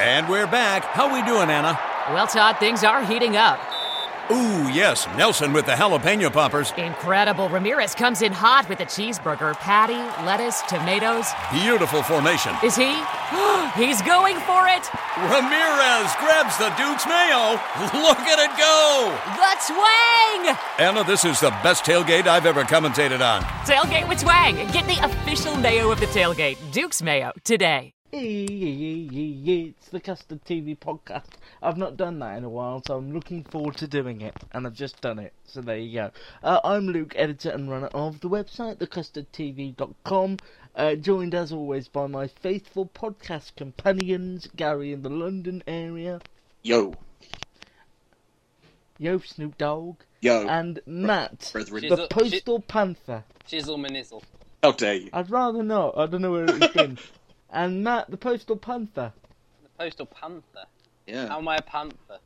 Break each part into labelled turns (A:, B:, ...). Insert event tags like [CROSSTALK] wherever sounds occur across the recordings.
A: And we're back. How we doing, Anna?
B: Well, Todd, things are heating up.
A: Ooh, yes, Nelson with the jalapeno poppers.
B: Incredible. Ramirez comes in hot with a cheeseburger, patty, lettuce, tomatoes.
A: Beautiful formation.
B: Is he? [GASPS] He's going for it.
A: Ramirez grabs the Duke's mayo. [LAUGHS] Look at it go!
B: Let's Wang!
A: Anna, this is the best tailgate I've ever commentated on.
B: Tailgate with Twang. Get the official mayo of the tailgate, Duke's Mayo, today.
C: Yee, yee, yee, yee, yee, It's the Custard TV podcast. I've not done that in a while, so I'm looking forward to doing it, and I've just done it, so there you go. Uh, I'm Luke, editor and runner of the website, thecustardtv.com, uh, joined as always by my faithful podcast companions, Gary in the London area,
D: Yo,
C: Yo Snoop Dogg,
D: yo,
E: Uh,
C: and Matt,
D: brethren,
E: She's
C: Oh. the
E: a-
C: Postal Panther.
E: Chisel Manizzle.
D: how dare you?
C: I'd rather not, I don't know where it's been. and Matt, the Postal Panther.
E: The Postal Panther. How
D: Yeah,
E: am I a panther?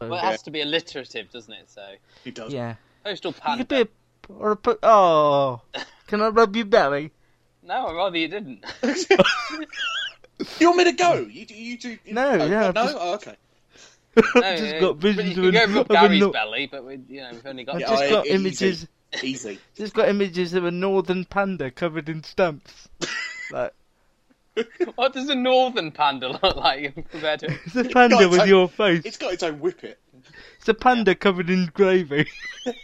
E: Well, it has to be alliterative, doesn't it? So,
D: he does.
C: Yeah.
E: Postal
C: You could be
E: Panther.
C: a, or a po- oh.
E: [LAUGHS]
C: Can I rub your belly?
E: No, I'd rather
C: [LAUGHS]
E: you didn't.
D: You want me to go? You, do- you do?
C: No,
D: oh,
C: yeah,
D: No,
C: just-
D: oh, okay.
E: No,
C: just
E: uh,
C: got
E: but
C: visions
E: you
C: of
E: could
C: an- [LAUGHS]
E: go
C: of
E: rub
C: a
E: Gary's
C: nut.
E: belly, but we, you know, we've only got.
C: I've
D: Yeah,
C: just
D: I-
C: got
D: easy.
C: images.
D: Easy.
C: Just got images of a northern panda covered in
E: [LAUGHS]
C: stumps. like
E: What does a northern panda [LAUGHS] look like
C: [LAUGHS]
E: compared to?
C: it's a panda
D: it's
C: with
D: like-
C: your face.
D: It's
C: It's,
D: got its own whippet.
C: a panda covered in gravy.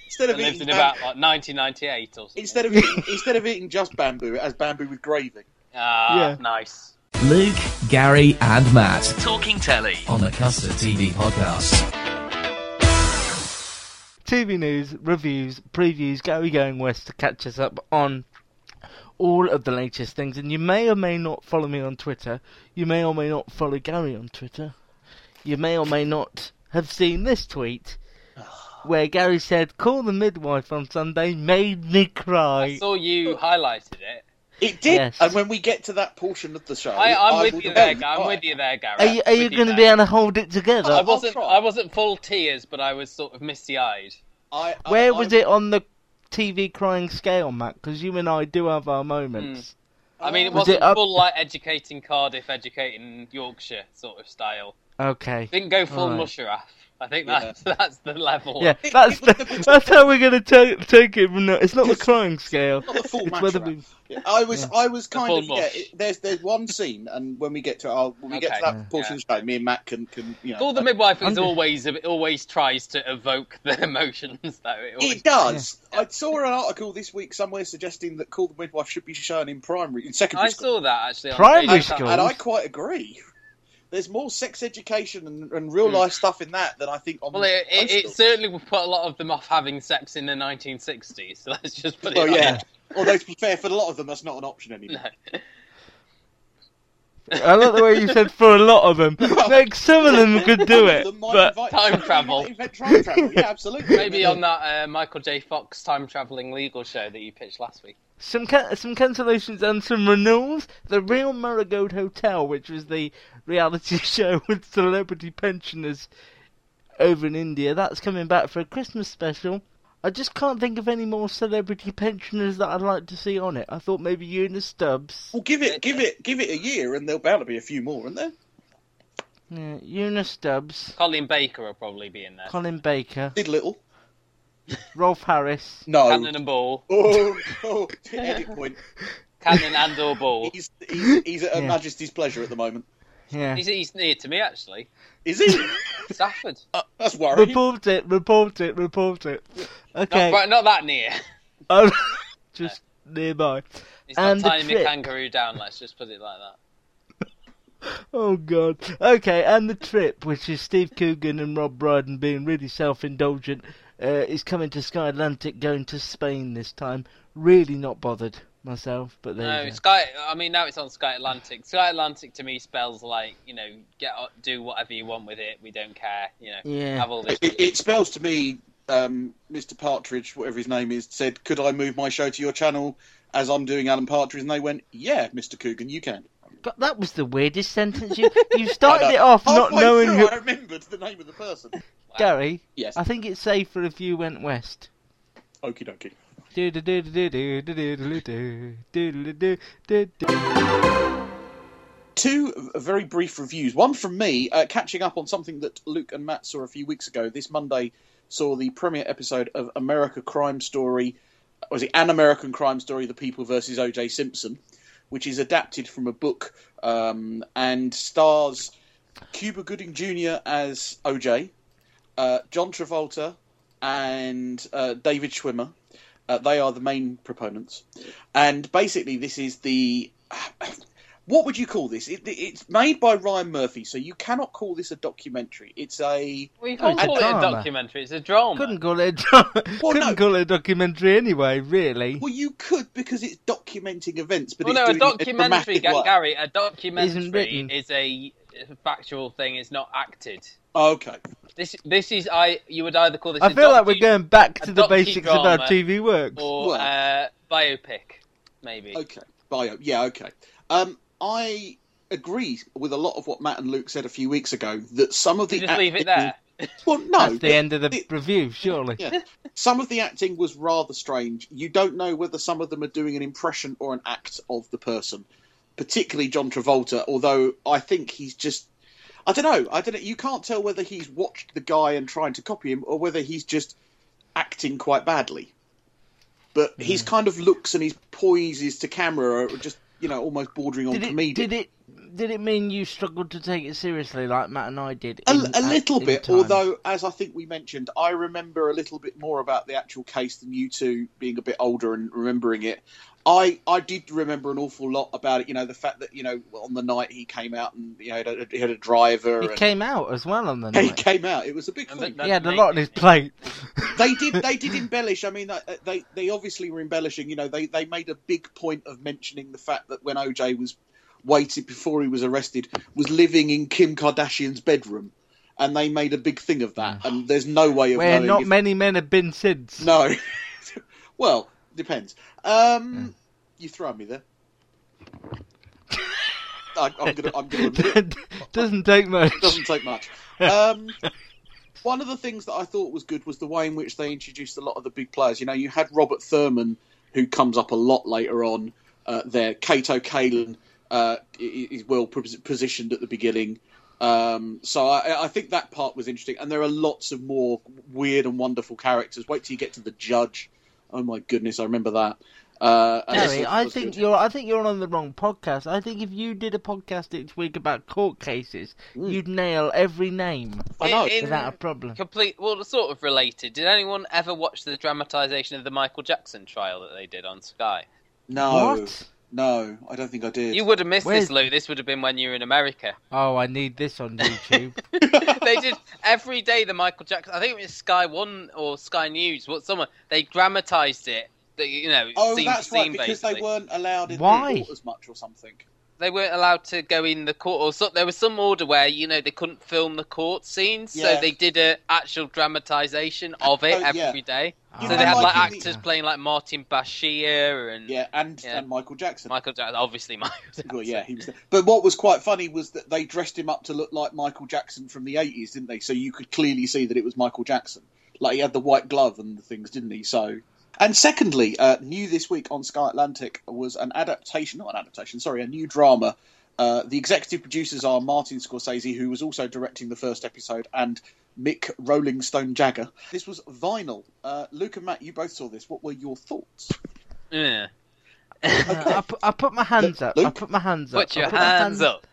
D: Instead
E: That
D: of
E: lives
D: eating,
E: in
D: bam-
E: about like 1998 or something.
D: instead of eating, instead of eating just bamboo, it has bamboo with gravy.
E: ah,
C: Yeah.
E: nice.
F: Luke, Gary, and Matt talking telly on the Custard TV podcast.
C: TV news, reviews, previews, Gary going west to catch us up on all of the latest things. And you may or may not follow me on Twitter. You may or may not follow Gary on Twitter. You may or may not have seen this tweet where Gary said, Call the midwife on Sunday made me
E: I
C: cry.
E: saw you highlighted it.
D: It did.
C: Yes.
D: And when we get to that portion of the show,
E: I, I'm
D: will
E: with you there.
D: debate.
E: Gar- I'm
D: I-
E: with you there, Gary.
C: Are you, are
E: I'm
C: you
E: with
C: going to be
E: there.
C: able to hold it
E: I
C: together?
E: wasn't.
D: try.
E: I wasn't full tears, but I was sort of misty-eyed.
D: I- I-
C: Where
D: I-
C: was it on the TV crying scale, Matt? Because you and I do have our moments.
E: I mean, it
C: Was
E: wasn't
C: it up-
E: full like educating Cardiff, educating Yorkshire sort of style.
C: Okay.
E: Didn't go full
C: Alright.
E: Musharraf. I think that's [LAUGHS] that's the level.
C: Yeah,
D: It-
C: that's
D: it was
C: the-
D: the-
C: that's how we're gonna take take it from now. It's not the crying scale.
D: Not the full
C: It's
D: match
C: whether
D: round.
C: we-
D: Yeah, I was, I was kind
E: full
D: of. Yeah,
E: mush.
D: it- there's, there's one scene, and when we get to, our, when we get to
E: Okay.
D: that portion of the show, me and Matt can, can, you know.
E: All the midwife
C: I'm
E: is
C: just-
E: always always tries to evoke the [LAUGHS] emotions though. It always,
D: It does. I saw an article this week somewhere suggesting that Call the Midwife should be shown in primary, in secondary
E: I
D: school.
E: saw that actually. on
C: Primary
E: Facebook.
C: school?
D: And I quite agree. There's more sex education and, and real life stuff in that than I think on
E: Hmm. Well, it, it,
D: high
E: it
D: school.
E: certainly would put a lot of them off having sex in the 1960s. [LAUGHS] So let's just put it.
D: Well,
E: like
D: yeah.
E: that.
D: Although, to be fair, for a lot of them, that's not an option anymore.
C: I like the way you said for a lot of them.
D: [LAUGHS]
C: Like some of them could do it,
D: Them might
C: but
D: invite-
E: time travel.
D: invent time travel. Yeah, absolutely.
E: Maybe on that uh, Michael J. Fox time traveling legal show that you pitched last week.
C: some can- some cancellations and some renewals. The Real Marigold Hotel, which was the reality [LAUGHS] show with celebrity pensioners over in India, that's coming back for a Christmas special. I just can't think of any more celebrity pensioners that I'd like to see on it. I thought maybe Eunice Stubbs.
D: Well, give it, give it, give it a year, and there'll bound to be a few more, aren't there?
C: Yeah, Eunice Stubbs,
E: Colin Baker will probably be in there.
C: Colin Baker,
D: Did little.
C: Rolf Harris,
D: No.
E: Cannon and Ball.
D: [LAUGHS] Oh, oh, edit point.
E: [LAUGHS] Cannon and or
D: [LAUGHS]
E: Ball.
D: He's, he's, he's at Her
C: Yeah.
D: Majesty's pleasure at the moment.
C: Yeah.
E: He's, he's near to me actually.
D: Is
E: [LAUGHS]
D: he?
C: [LAUGHS]
E: Stafford.
D: That's worrying.
C: Report it, report it, report it. Okay.
E: Not, right, not that near.
C: um, just nearby.
E: He's
C: And
E: not
C: the
E: tying the
C: trip.
E: kangaroo down. Let's just put it like that.
C: Oh god. Okay, and the trip, which is Steve Coogan and Rob Brydon being really self indulgent, uh, is coming to Sky Atlantic, going to Spain this time. Really not bothered. myself, but there
E: No,
C: you go.
E: Sky. I mean, now it's on Sky Atlantic. Sky Atlantic to me spells like you know, get do whatever you want with it. We don't care. You know,
C: Yeah.
E: have all this.
D: It, it, it spells to me, um, Mr. Partridge, whatever his name is, said, "Could I move my show to your channel?" As I'm doing Alan Partridge, and they went, "Yeah, Mr. Coogan, you can."
C: God, that was the weirdest sentence you you
D: I
C: started
D: know.
C: it off not
D: Halfway
C: knowing
D: through,
C: who
D: I remembered the name of the person.
C: Gary.
D: Yes.
C: I think it's safer if you went west.
D: Okie dokie.
C: Do do do do do do do do do do do do.
D: Two v- very brief reviews. One from me, uh, catching up on something that Luke and Matt saw a few weeks ago. This Monday saw the premiere episode of America Crime Story, or was it An American Crime Story: The People versus O.J. Simpson, which is adapted from a book um, and stars Cuba Gooding Jr. as O.J., uh, John Travolta, and uh, David Schwimmer. Uh, they are the main proponents, and basically this is the what would you call this? It, it's made by Ryan Murphy, so you cannot call this a documentary. It's a
E: We can't
C: it's a
E: call it a
C: drama.
E: documentary. It's a drama.
C: Couldn't call it a
E: [LAUGHS]
C: drama.
D: Well,
C: Couldn't
D: no.
C: call it a documentary anyway, really.
D: well, you could because it's documenting events, but
E: well,
D: it's
E: no, a
D: doing it in
E: documentary,
D: dramatic
E: Ga-
D: way.
E: Gary. A
C: Isn't
E: documentary
C: written.
E: is a factual thing. It's not acted.
D: Okay,
E: This, this is I. You would either call this.
C: I
E: a
C: feel like
E: docu-
C: we're going back to
E: a
C: the basics of our
E: docudrama
C: TV works.
E: or uh, biopic, maybe.
D: okay, bio, yeah, okay. Um, I agree with a lot of what Matt and Luke said a few weeks ago that some of the
E: You just leave it
D: acting-
E: there.
D: Well, no,
C: That's the
D: but-
C: end of the review, surely.
D: yeah. [LAUGHS] some of the acting was rather strange. You don't know whether some of them are doing an impression or an act of the person, particularly John Travolta. Although I think he's just. I don't know. I don't know. You can't tell whether he's watched the guy and trying to copy him or whether he's just acting quite badly. But his kind of looks and his poises to camera are just, you know, almost bordering on
C: Did
D: comedic.
C: it, did it did it mean you struggled to take it seriously like Matt and I did?
D: A,
C: in-
D: a
C: at-
D: little
C: in
D: bit,
C: times?
D: although, as I think we mentioned, I remember a little bit more about the actual case than you two being a bit older and remembering it. I, I did remember an awful lot about it. You know, the fact that, you know, on the night he came out and, you know, had a, he had a driver.
C: he
D: and
C: came out as well on the
D: he
C: night.
D: came out. It was a big
E: And that-
D: thing.
E: that
C: He had a
E: made
C: lot on
E: me
C: his
E: think.
C: plate.
D: they did they did embellish. I mean, uh, they they obviously were embellishing. You know, they they made a big point of mentioning the fact that when OJ was waited before he was arrested, was living in Kim Kardashian's bedroom, and they made a big thing of that. And there's no way of
C: Where
D: knowing
C: not
D: if-
C: many men have been since.
D: No, [LAUGHS] well, depends. Um, You throw me there. I, I'm gonna I'm
C: [LAUGHS]
D: gonna admit it.
C: [LAUGHS] Doesn't take much.
D: Doesn't take much. Um, [LAUGHS] one of the things that I thought was good was the way in which they introduced a lot of the big players. You know, you had Robert Thurman, who comes up a lot later on. Uh, there, Cato Kalin uh, i- is well pos- positioned at the beginning. Um, so I, I think that part was interesting, and there are lots of more weird and wonderful characters. Wait till you get to the judge. Oh my goodness, I remember that. Uh, and
C: Gary,
D: that
C: I
D: was
C: think
D: good.
C: you're. I think you're on the wrong podcast. I think if you did a podcast each week about court cases,
D: Mm.
C: you'd nail every name
D: I know.
E: In-
C: without a problem.
E: Complete, well, sort of related. Did anyone ever watch the dramatization of the Michael Jackson trial that they did on Sky?
D: no,
C: What?
D: no, I don't think I did.
E: You would have missed
C: Where's-
E: this, Lou. This would have been when you were
D: [LAUGHS]
E: in America.
C: Oh, I need this on YouTube.
E: they did every day the Michael Jackson. I think it was Sky One or Sky News. What someone they dramatized it. That you know,
D: Oh,
E: scene
D: that's
E: to scene,
D: right, because
E: basically.
D: they weren't allowed in
C: Why?
D: the court as much or something.
E: they weren't allowed to go in the court or so, there was some order where you know they couldn't film the court scenes
D: Yeah.
E: so they did a actual dramatization of it
D: Oh,
E: every day.
D: yeah.
E: so
D: You
E: they
D: know,
E: had like
D: like in the-
E: actors playing like martin bashir and
D: Yeah, and
E: Yeah.
D: and Michael Jackson.
E: michael jackson obviously michael jackson
D: Well, yeah, he was. There. But what was quite funny was that they dressed him up to look like Michael Jackson from the eighties, didn't they? So you could clearly see that it was Michael Jackson. Like he had the white glove and the things, didn't he? So. And secondly, uh, new this week on Sky Atlantic was an adaptation, not an adaptation, sorry, a new drama. Uh, the executive producers are Martin Scorsese, who was also directing the first episode, and Mick Rolling Stone Jagger. This was Vinyl. Uh, Luke and Matt, you both saw this. What were your thoughts?
E: yeah.
C: Uh, I, put, I put my hands up. I
D: Luke?
C: put my hands up.
E: put your
C: I my
E: hands up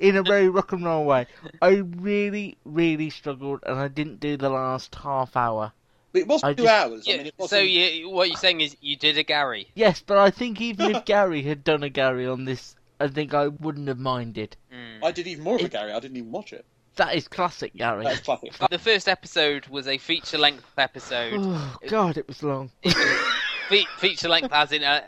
C: in a very rock and roll way. I really, really struggled, and I didn't do the last half hour.
D: But it was
C: I
D: two
C: just-
D: hours. I mean,
E: Yeah,
D: it wasn't...
E: so you, what you're saying is you did a gary
C: Yes, but I think even
D: [LAUGHS]
C: if Gary had done a Gary on this, I think I wouldn't have minded.
E: Mm.
D: I did even more of a Gary. I didn't even watch it.
C: That is classic Gary.
D: That's classic.
E: the first episode was
D: [SIGHS]
E: a feature-length episode
C: [LAUGHS] Oh God, it was long.
E: Fe- feature length as in uh,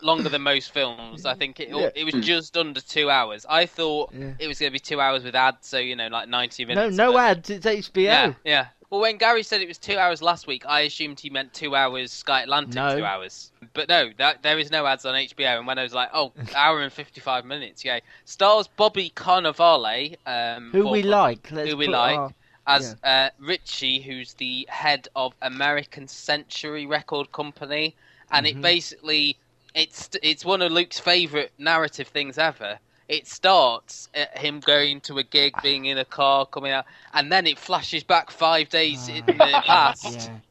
E: longer than most films. I think it
C: Yeah.
E: it was just under two hours. I thought
C: Yeah.
E: it was going to be two hours with ads, so you know, like ninety
C: No,
E: minutes.
C: no
E: but-
C: ads. It's HBO.
E: Yeah, yeah. Well, when Gary said it was two hours last week, I assumed he meant two hours Sky Atlantic,
C: No.
E: two hours. But no, that, there is no ads on HBO. And when I was like,
C: [LAUGHS]
E: oh, hour and fifty-five minutes, yeah. Stars Bobby Cannavale, um,
C: Who
E: for-
C: we like? Let's
E: who we
C: put
E: like,
C: our-
E: as uh, Richie, who's the head of American Century Record Company, and
C: Mm-hmm.
E: it basically it's it's one of Luke's favorite narrative things ever. It starts at him going to a gig,
C: Ah.
E: being in a car, coming out, and then it flashes back five days in the past,
C: Ah, yeah.
G: [LAUGHS]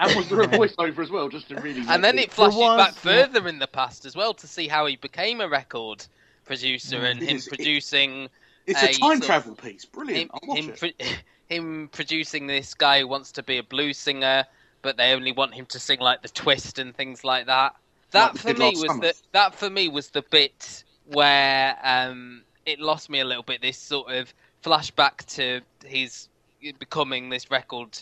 G: And was there a voiceover as well, just to really.
E: and then it flashes
C: was-
E: back further in the past as well to see how he became a record producer
C: Mm.
E: and him
D: It's- it-
E: producing.
D: It's
E: a
D: a time
E: sort of-
D: travel piece. Brilliant.
E: him,
D: I'll watch
E: him,
D: it.
E: pro- [LAUGHS] him producing this guy who wants to be a blues singer, but they only want him to sing like the twist and things like that. That
D: Like they
E: for
D: did
E: me
D: last
E: was
D: summer.
E: the that for me was the bit where um, it lost me a little bit. This sort of flashback to his becoming this record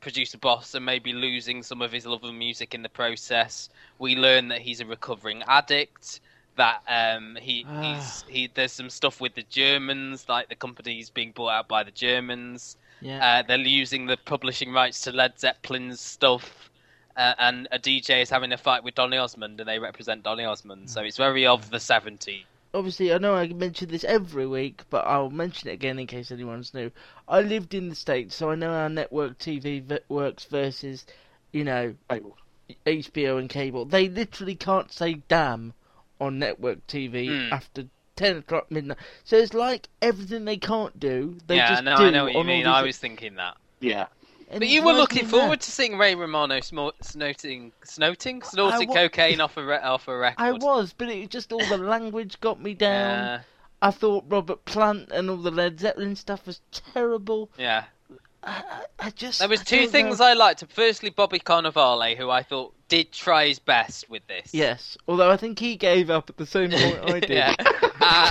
E: producer boss and maybe losing some of his love of music in the process. We learn that he's a recovering addict. That um, he
C: Ah.
E: he's, he there's some stuff with the Germans, like the company's being bought out by the Germans.
C: Yeah.
E: Uh, they're using the publishing rights to Led Zeppelin's stuff, uh, and a DJ is having a fight with Donny Osmond, and they represent Donny
C: Hmm.
E: Osmond. So it's very of the 70s.
C: Obviously, I know I mention this every week, but I'll mention it again in case anyone's new. I lived in the States, so I know how network TV v- works versus, you know,
D: Cable.
C: HBO and cable. They literally can't say damn on network TV
E: Hmm.
C: after 10 o'clock midnight. So it's like everything they can't do, they
E: yeah,
C: just
E: no,
C: do.
E: I know what you
C: on all
E: mean.
C: these-
E: I was thinking that.
D: Yeah.
C: and
E: But
C: it's
E: you were
C: worse
E: looking
C: than that.
E: forward to seeing Ray Romano smo- snorting, snorting, snorting
C: wa-
E: cocaine off a re- off a record.
C: I was, but it was just all the language got me down.
E: Yeah,
C: I thought Robert Plant and all the Led Zeppelin stuff was terrible.
E: yeah.
C: I just
E: There was
C: I
E: two
C: don't
E: things
C: know.
E: I liked. Firstly, Bobby Cannavale, who I thought did try his best with this.
C: Yes, although I think he gave up at the
E: [LAUGHS]
C: same point I did.
E: Yeah. Uh,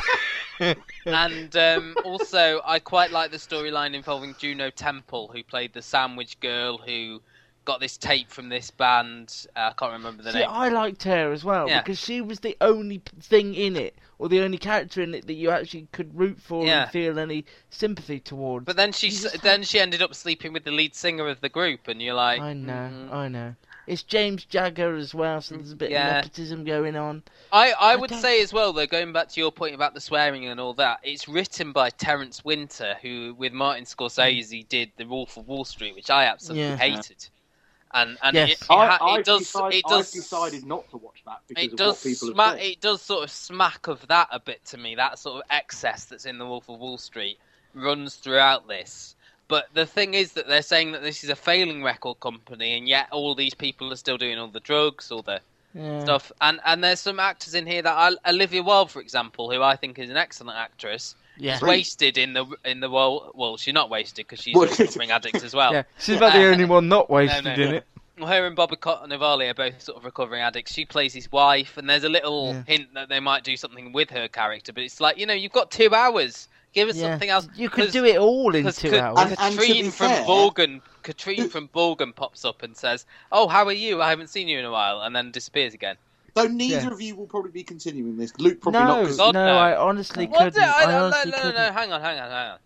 C: [LAUGHS]
E: and um, also, I quite like the storyline involving Juno Temple, who played the sandwich girl who got this tape from this band. Uh, I can't remember the
C: See,
E: name.
C: I liked her as well
E: Yeah.
C: because she was the only p- thing in it, or the only character in it that you actually could root for
E: Yeah.
C: and feel any sympathy towards.
E: But then she s- then she ended up sleeping with the lead singer of the group, and you're like,
C: I know,
E: mm.
C: I know. It's James Jagger as well, so there's a bit
E: Yeah.
C: of nepotism going on.
E: I, I
C: I
E: would
C: don't-
E: say as well though, going back to your point about the swearing and all that, it's written by Terence Winter, who with Martin Scorsese did The Wolf of Wall Street, which I absolutely
C: Mm. Yeah.
E: hated. And and
C: Yes.
E: it, it,
G: I,
E: ha- it
G: I've
E: does
G: decided,
E: it does
G: I've decided not to watch that because
E: it
G: of
E: does
G: what people have
E: smack
G: said.
E: it does sort of smack of that a bit to me. That sort of excess that's in The Wolf of Wall Street runs throughout this. But the thing is that they're saying that this is a failing record company, and yet all these people are still doing all the drugs, all the
C: Yeah.
E: stuff. And and there's some actors in here that I, Olivia Wilde, for example, who I think is an excellent actress,
C: Yeah.
E: is wasted in the in the role. Well, she's not wasted because she's
D: What?
E: a recovering addict as
C: [LAUGHS]
E: well.
C: Yeah, she's about the
E: Uh, [LAUGHS]
C: only one not
E: no,
C: wasted
E: no.
C: in it.
E: Well, Her and Bobby Cannavale are both sort of recovering addicts. She plays his wife, and there's a little
C: Yeah.
E: hint that they might do something with her character. But it's like you know, you've got two hours. Give us
C: Yeah.
E: something else.
C: You could
E: 'Cause-
C: do it all in
E: because
C: two
E: Ka-
C: hours.
D: And- and to
E: Katrine
D: be
E: from
D: fair-
E: Borgen, Katrine from Borgen pops up and says, "Oh, how are you? I haven't seen you in a while," and then disappears again.
D: Though neither
C: Yeah.
D: of you will probably be continuing this. Luke [LAUGHS] probably not.
C: no,
D: 'cause-
E: God,
C: no,
E: no.
C: I honestly
E: What
C: couldn't.
E: do-
C: I,
E: I, I-
C: honestly
E: no, no,
C: couldn't.
E: no, hang on, hang on, hang on.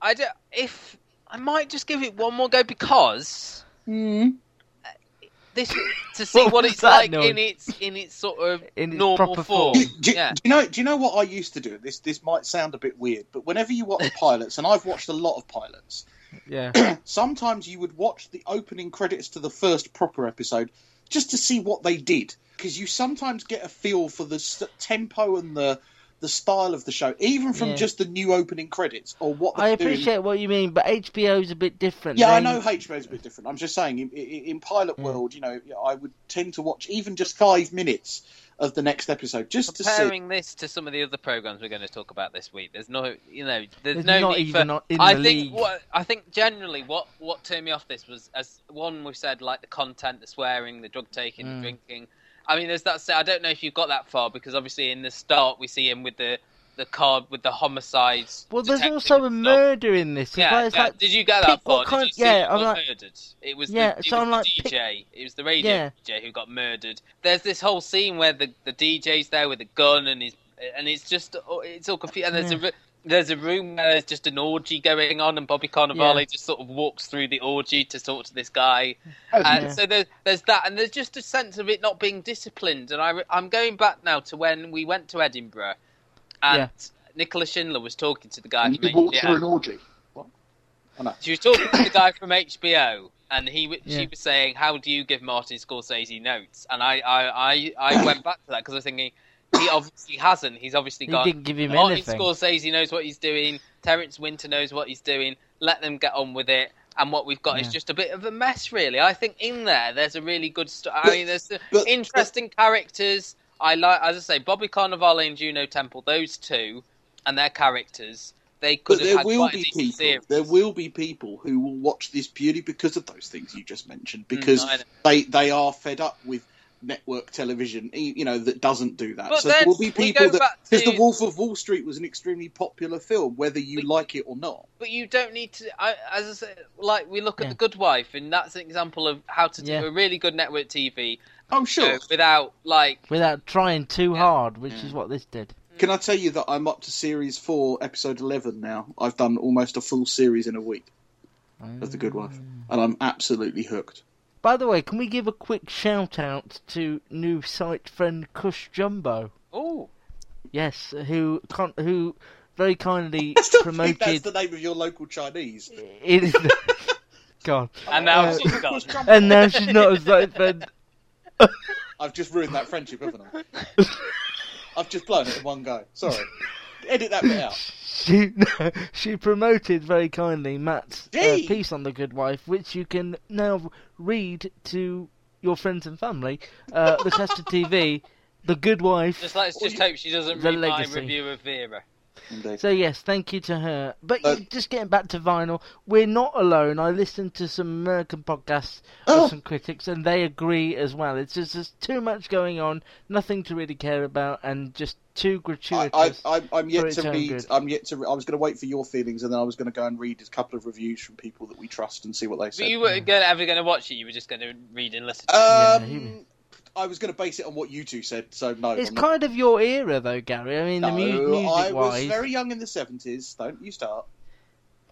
E: I do, if I might just give it one more go because
G: Mm.
E: this to see
C: [LAUGHS] What
E: what,
C: was
E: it's
C: that
E: like
C: noise?
E: in its in its sort of
C: In its
E: normal
C: proper
E: form.
C: form.
D: Do, do-
E: Yeah.
D: do you know? Do you know what I used to do? This this might sound a bit weird, but whenever you watch
E: [LAUGHS]
D: pilots, and I've watched a lot of pilots,
C: Yeah.
D: sometimes you would watch the opening credits to the first proper episode just to see what they did, because you sometimes get a feel for the s tempo and the the style of the show, even from
C: Yeah.
D: just the new opening credits or what.
C: I
D: they're doing.
C: appreciate what you mean, but HBO's a bit different.
D: Yeah, I
C: They-
D: know HBO's a bit different. I'm just saying, in, in, in pilot
C: Mm.
D: world, you know, I would tend to watch even just five minutes of the next episode just to see.
E: Comparing this to some of the other programs we're going to talk about this week, there's no, you know, there's
C: It's
E: no
C: not
E: need
C: even
E: for.
C: on- in
E: I
C: the
E: think
C: league.
E: what I think generally what what turned me off this was as one we said like the content, the swearing, the drug taking,
C: Mm.
E: the drinking. I mean, there's that. I don't know if you've got that far because obviously in the start we see him with the the card with the homicides.
C: Well, there's
E: detective
C: also a
E: and stuff.
C: murder in this. as
E: Yeah,
C: well. It's
E: yeah.
C: like,
E: did you get
C: pick
E: that
C: what
E: part?
C: kind-
E: Did you see
C: yeah,
E: who
C: I'm
E: got
C: like-
E: murdered? It was
C: Yeah,
E: the, it
C: so
E: was
C: I'm
E: the
C: like, pick-
E: DJ. It was the radio
C: Yeah.
E: DJ who got murdered. There's this whole scene where the the DJ's there with a gun and he's and it's just oh, it's all confused. And there's a
C: Yeah.
E: a there's a room where there's just an orgy going on, and Bobby Cannavale
C: Yeah.
E: just sort of walks through the orgy to talk to this guy.
G: As
E: And
C: Yeah.
E: so there's, there's that, and there's just a sense of it not being disciplined. And I, re- I'm going back now to when we went to Edinburgh, and
C: Yeah.
E: Nicola Schindler was talking to the guy
G: And
E: from
G: you walked through
E: HBO.
G: an orgy.
E: She was talking to the guy from HBO, and he w
C: Yeah.
E: she was saying, "How do you give Martin Scorsese notes?" And I, I, I, I went back to that because I was thinking he obviously hasn't. He's obviously
C: He
E: got
C: didn't give him
E: Martin
C: anything.
E: Scorsese knows what he's doing. Terrence Winter knows what he's doing. Let them get on with it. And what we've got is
C: Yeah.
E: just a bit of a mess, really. I think in there there's a really good story. I mean, there's
D: but-
E: interesting characters. I like, as I say, Bobby Cannavale and Juno Temple. Those two and their characters. They
D: But
E: could have
D: there
E: had
D: will
E: quite a
D: be
E: decent
D: people.
E: series.
D: There will be people who will watch this purely because of those things you just mentioned, because
E: Mm, I know.
D: they they are fed up with network television, y- you know, that doesn't do that.
E: But
D: so there will be
E: then we
D: people
E: go
D: that
E: back
D: because
E: to-
D: The Wolf of Wall Street was an extremely popular film, whether you
E: But-
D: like it or not.
E: But you don't need to. I, as I say, like we look at
C: Yeah.
E: the Good Wife, and that's an example of how to do
C: Yeah.
E: a really good network TV
D: Oh,
E: show
D: sure.
E: without like.
C: without trying too hard, which is what this did.
D: Can I tell you that I'm up to series four, episode eleven now? I've done almost a full series in a week of The Good Wife, and I'm absolutely hooked.
C: By the way, can we give a quick shout out to new site friend Kush Jumbo?
E: Oh,
C: Yes, who con- who very kindly
D: [LAUGHS] I still think that's
C: promoted.
D: the name of your local Chinese.
C: it is the- [LAUGHS] God,
E: and now
C: Uh,
E: she's gone.
C: and now she's not a site friend.
D: I've just ruined that friendship, haven't I?
C: [LAUGHS]
D: I've just blown it in one go. Sorry. Edit that bit out.
C: She [LAUGHS] she promoted very kindly Matt's uh,
D: Gee.
C: piece on the Good Wife, which you can now read to your friends and family.
D: [LAUGHS]
C: Uh, the Custard TV, the Good Wife.
E: Just let's just hope she doesn't
C: The
E: read my
C: legacy.
E: review of Vera.
C: So yes, thank you to her. But
D: Uh,
C: yeah, just getting back to vinyl, we're not alone. I listened to some American podcasts
D: Oh.
C: of some critics, and they agree as well. It's just there's too much going on, nothing to really care about, and just too
D: I,
C: gratuitous.
D: I, I'm- I'm
C: for
D: yet
C: it
D: to
C: own
D: read.
C: good.
D: I'm yet to. Re- I was going to wait for your feelings, and then I was going to go and read a couple of reviews from people that we trust and see what they
E: But
D: say. Um,
E: you weren't gonna, ever going to watch it. You were just going to read and listen. to it.
C: Yeah, you-
D: um, I was going to base it on what you two said, so no.
C: It's
D: I'm not-
C: kind of your era, though, Gary. I mean, the mu-
D: No,
C: music
D: I was
C: wise.
D: very young in the seventies. Don't you start?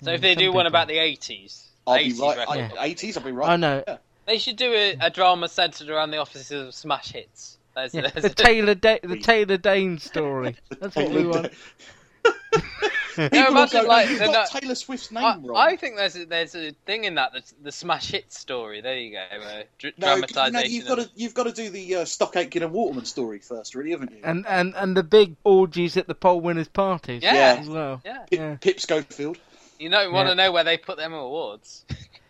E: so if they
C: some
E: do one
C: people.
E: about the 80s,
D: I'll
E: 80s
D: be right.
E: record,
C: Yeah.
D: Eighties. I'll be right.
C: I know.
D: Yeah.
E: they should do a, a drama centered around the offices of smash hits. There's,
C: Yeah,
D: [LAUGHS]
E: there's
C: the
E: [LAUGHS]
C: Taylor da- the Taylor Dane story. That's what we
D: Taylor
C: want. [LAUGHS]
D: Dane.
E: No,
D: People
E: imagine
D: go,
E: like
D: "You
E: they're
D: got
E: not-
D: Taylor Swift's name
E: I,
D: wrong.
E: I think there's a, there's a thing in that that's the smash hit story. There you go, uh, dr-
D: No,
E: dramatization.
D: no, you've got to you've got to do the uh, Stock Aitken and Waterman story first, really, haven't you?
C: And, and and the big orgies at the poll winners' parties.
E: Yeah.
C: As well.
E: yeah.
D: Pip,
C: yeah.
D: Pip Schofield.
E: You don't want
C: Yeah.
E: to know where they put them awards.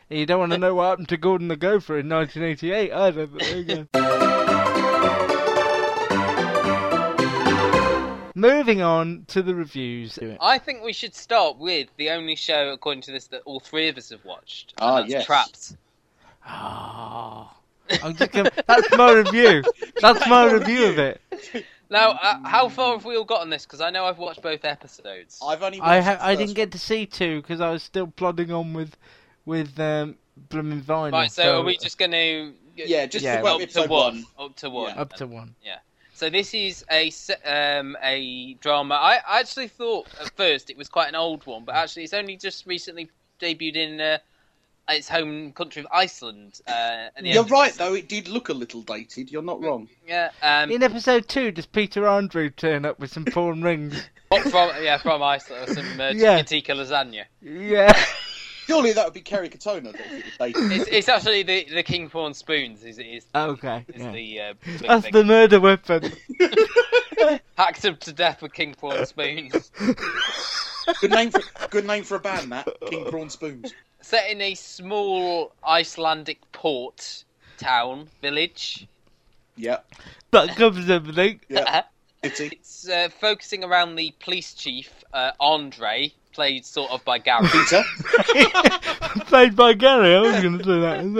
C: You don't want to know what happened to Gordon the Gopher in 1988 either. But there you go. Moving on to the reviews.
E: I think we should start with the only show, according to this, that all three of us have watched. and
D: Ah,
E: that's
D: yes.
E: Trapped.
C: Ah. I'm just gonna- that's my
D: [LAUGHS]
C: review. That's my review of it.
E: Now, uh, how far have we all got on this? Because I know I've watched both episodes.
D: I've only.
C: I
D: watched
C: ha-
D: the
C: I
D: first
C: didn't
D: one.
C: get to see two because I was still plodding on with with um, Blooming Vinyl.
E: Right, so, are we just going to
D: Yeah, just
C: Yeah,
D: about
E: up to
D: episode
E: one, up to one,
D: Yeah.
C: uh, up to one?
E: So this is a se- um, a drama. I, I actually thought at first it was quite an old one, but actually it's only just recently debuted in uh, its home country of Iceland. Uh, at the
D: You're
E: end of-
D: right, though. It did look a little dated. You're not wrong.
E: Yeah, um,
C: In episode two, does Peter Andrew turn up with
E: [LAUGHS]
C: some pawn rings?
E: but from yeah from Iceland,
C: [LAUGHS]
E: some uh,
C: Yeah.
E: tikka lasagna.
C: Yeah.
D: Surely that would be Kerry Katona. That it was dated.
E: It's, it's actually the the king prawn spoons. Is is,
C: Okay.
E: is
C: yeah.
E: the uh, big
C: That's
E: thing.
C: the murder
E: [LAUGHS]
C: weapon.
E: hacked him to death with king
C: [LAUGHS]
E: prawn spoons.
D: good name for good name for a band. That King Prawn Spoons.
E: set in a small Icelandic port town village.
D: Yeah,
C: That covers everything.
D: yeah. Itty.
E: It's uh, focusing around the police chief uh, Andre, played sort of
C: [LAUGHS]
E: by Gary. [LAUGHS]
D: Peter,
E: [LAUGHS]
C: Played by Gary. I was going to say that as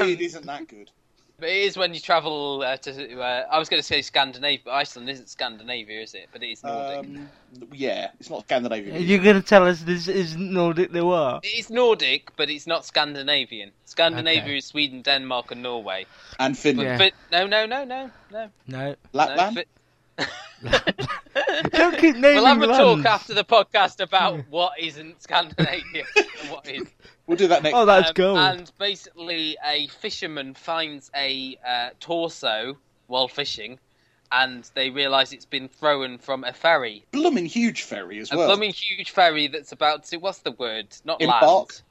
C: well.
D: it isn't that good.
E: But it is when you travel uh, to. Uh, I was going to say Scandinavia, but Iceland isn't Scandinavia, is it? But it is Nordic.
D: Um, yeah, it's not Scandinavian.
C: You're going to tell us this isn't Nordic Noir?
E: it is Nordic, but it's not Scandinavian. Scandinavia
C: Okay.
E: is Sweden, Denmark,
C: [LAUGHS]
E: and Norway.
D: And
E: But,
D: Finland.
C: Yeah.
E: but no, no, no, no, no.
C: No.
E: no
D: Lapland?
E: but-
C: Don't keep naming
E: we'll have a
C: lands.
E: talk after the
C: [LAUGHS]
E: podcast about what isn't Scandinavia and what is.
D: We'll do that next.
C: Oh, that's
E: Um,
C: gold.
E: And basically, a fisherman finds a uh, torso while fishing, and they realise it's been thrown from a ferry,
D: blooming huge ferry as
E: a
D: well.
E: blooming huge ferry that's about to what's the word? Not
D: Embark?
E: land.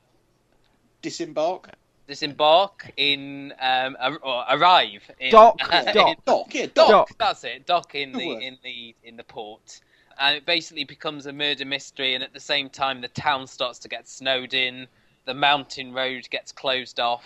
D: Disembark.
E: Disembark in um, ar- or arrive in [LAUGHS]
C: Dock,
E: in-
C: dock.
D: Dock, yeah, dock.
E: dock.
C: Dock.
E: That's it. Dock in the
D: Good word.
E: in the in the port, and it basically becomes a murder mystery. And at the same time, the town starts to get snowed in. The mountain road gets closed off.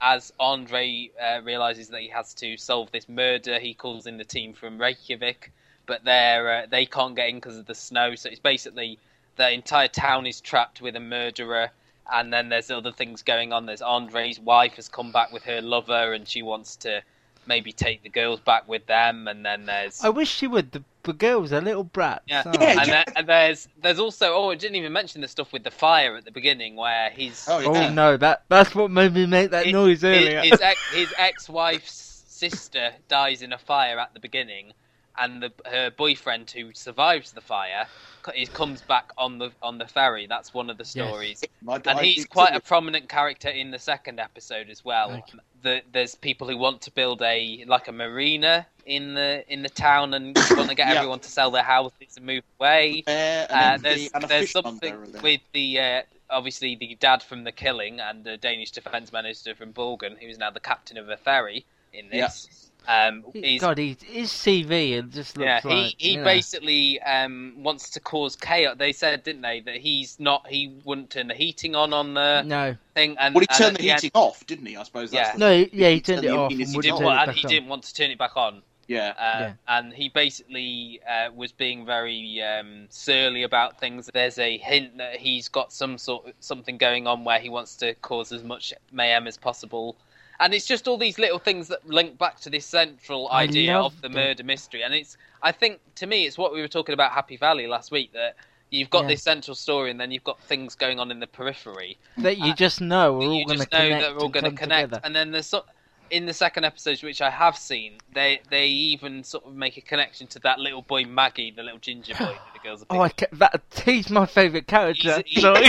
E: As Andre uh, realizes that he has to solve this murder, he calls in the team from Reykjavik, but they're uh, they can't get in because of the snow. So it's basically the entire town is trapped with a murderer. And then there's other things going on. There's Andre's wife has come back with her lover, and she wants to maybe take the girls back with them, and then there's
C: I wish she would. The, the girl's a little brat.
E: yeah,
C: so-
D: Yeah,
E: and, there, and there's there's also oh I didn't even mention the stuff with the fire at the beginning where he's
D: Oh, yeah.
C: Oh no, that that's what made me make that
E: hi-
C: noise
E: hi-
C: earlier.
E: his ex his ex wife's sister dies in a fire at the beginning, and the her boyfriend who survives the fire co- he comes back on the on the ferry. That's one of the stories
D: My-
E: and
D: I
E: he's
D: think-
E: quite a prominent character in the second episode as well. The, there's people who want to build a like a marina in the in the
D: [COUGHS]
E: town and want to get
D: Yeah.
E: everyone to sell their houses and move away.
D: Bear
E: Uh,
D: and
E: there's
D: and a
E: there's
D: fishmonger
E: something
D: in there.
E: with the uh, obviously the dad from The Killing and the Danish defence minister from Borgen, who's now the captain of a ferry in this. Um,
C: He- [LAUGHS]
E: is
C: God, he, his CV and just looks
E: yeah, he,
C: like
E: he
C: you know.
E: basically um, wants to cause chaos. They said, didn't they, that he's not he wouldn't turn the heating on on the
C: no,
E: thing. And
D: Well, he
E: and
D: turned
E: at
D: the
E: end-
D: heating off, didn't he? I suppose. That's
E: uh, Yeah.
D: the-
C: no, he- yeah, he turned
D: the
C: it off
D: unit
C: and
D: he
C: wouldn't turn
E: didn't
D: on.
C: it
E: want,
C: back
E: and he
C: on.
E: didn't want to turn it back on.
D: Yeah.
E: Uh,
C: Yeah.
E: And he basically uh, was being very um, surly about things. There's a hint that he's got some sort something going on where he wants to cause as much mayhem as possible. And it's just all these little things that link back to this central
C: I
E: idea
C: love
E: of the
C: that.
E: murder mystery. And it's, I think, to me, it's what we were talking about Happy Valley last week that you've got
C: Yeah.
E: this central story and then you've got things going on in the periphery
C: that you just know we're
E: that
C: all
E: you
C: going to
E: just know
C: connect.
E: that we're all
C: and
E: going to
C: come
E: connect.
C: together.
E: And then there's so- in the second episode, which I have seen, they they even sort of make a connection to that little boy Maggie, the little ginger boy that the girls. Are
C: [SIGHS] Oh, I ca- that he's my favourite
E: picking.
C: character.
E: He's- he- [LAUGHS]
C: Sorry.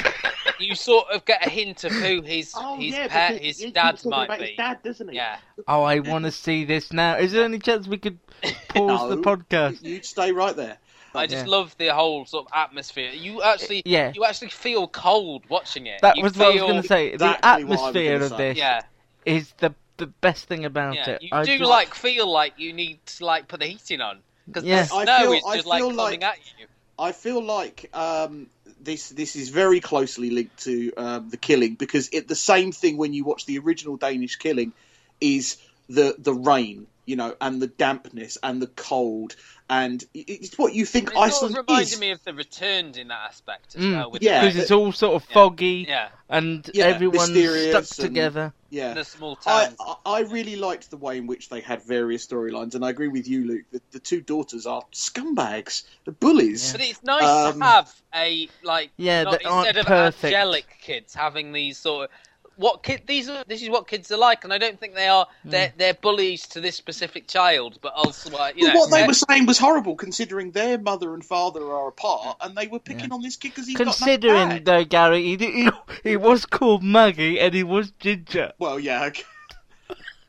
E: you sort of get a hint of
G: [LAUGHS]
E: who his his pa-
G: Oh, because
E: his
G: he keeps
E: dad
G: talking
E: might
G: about
E: be.
G: His dad, doesn't he?
E: Yeah,
C: Oh, I want to see this now. Is there any chance we could pause the
D: No.
E: Uh,
C: podcast?
D: You'd stay right there.
E: I just
C: Yeah. Uh,
E: love the whole sort of atmosphere. You actually,
C: Yeah.
E: you actually feel cold watching it.
C: That
E: You
C: was what I was
E: feel-
C: going to say. The
D: exactly what I was
C: atmosphere
D: gonna
C: of
D: say.
C: this
E: Yeah,
C: is the the best thing about
E: yeah.
C: it.
E: You
C: I
E: do
C: just-
E: like feel like you need to like put the heating on because
C: Yeah. I
E: the snow
D: feel-
E: is
D: I
E: just like
D: feel
E: coming
D: like-
E: at you.
D: I feel like um, this this is very closely linked to um, the killing because it the same thing when you watch the original Danish killing is the the rain, you know, and the dampness and the cold, and it- it's what you think
E: It sort
D: Iceland
E: of reminded
D: is.
E: me of the returned in that aspect as
C: Mm.
E: well. With
D: Yeah.
E: the,
C: because it's all sort of foggy
E: yeah,
C: and
D: Yeah,
C: everyone's stuck
D: mysterious and-
C: together.
D: yeah,
E: the small towns.
C: Um,
D: I, I- I really liked the way in which they had various storylines, and I agree with you, Luke. That the two daughters are scumbags, the bullies.
E: but it's nice
D: Um,
E: to have a like
C: Yeah,
E: not,
C: that aren't
E: instead of
C: perfect.
E: angelic kids having these sort of what kid these are this is what kids are like, and I don't think they are
C: Hmm.
E: they're they're bullies to this specific child, but also like, you
D: But
E: know
D: what they
E: they're-
D: were saying was horrible, considering their mother and father are apart, and they were picking on this kid because he's got no
C: Considering
D: dad.
C: though, Gary, he, did- he he was called Maggie and he was
D: [LAUGHS]
C: ginger.
D: Well, yeah, okay.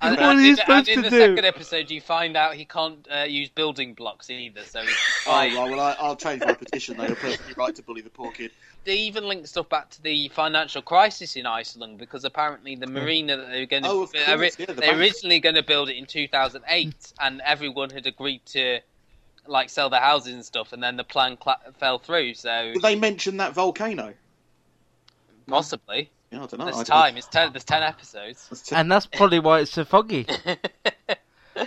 E: and,
C: what
E: and
C: are you
E: in, the- and
C: supposed
E: in
C: to
E: the
C: do?
E: second episode you find out he can't uh, use building blocks either, so he's
D: Oh, well, well, I, I'll change my petition. They were perfectly right to bully the poor kid.
E: they even link stuff back to the financial crisis in Iceland because apparently the marina that they were going to
D: Oh, of course,
E: ori-
D: yeah, the
E: they
D: bank.
E: were originally going to build it in 2008 and everyone had agreed to like sell their houses and stuff and then the plan cla fell through so
D: Did they mention that volcano?
E: possibly
D: Yeah, Oh, I don't know.
E: there's
D: I
E: time it's ten, there's 10 episodes
D: Don't...
C: And that's probably why it's so
D: [LAUGHS]
C: foggy.
E: Um,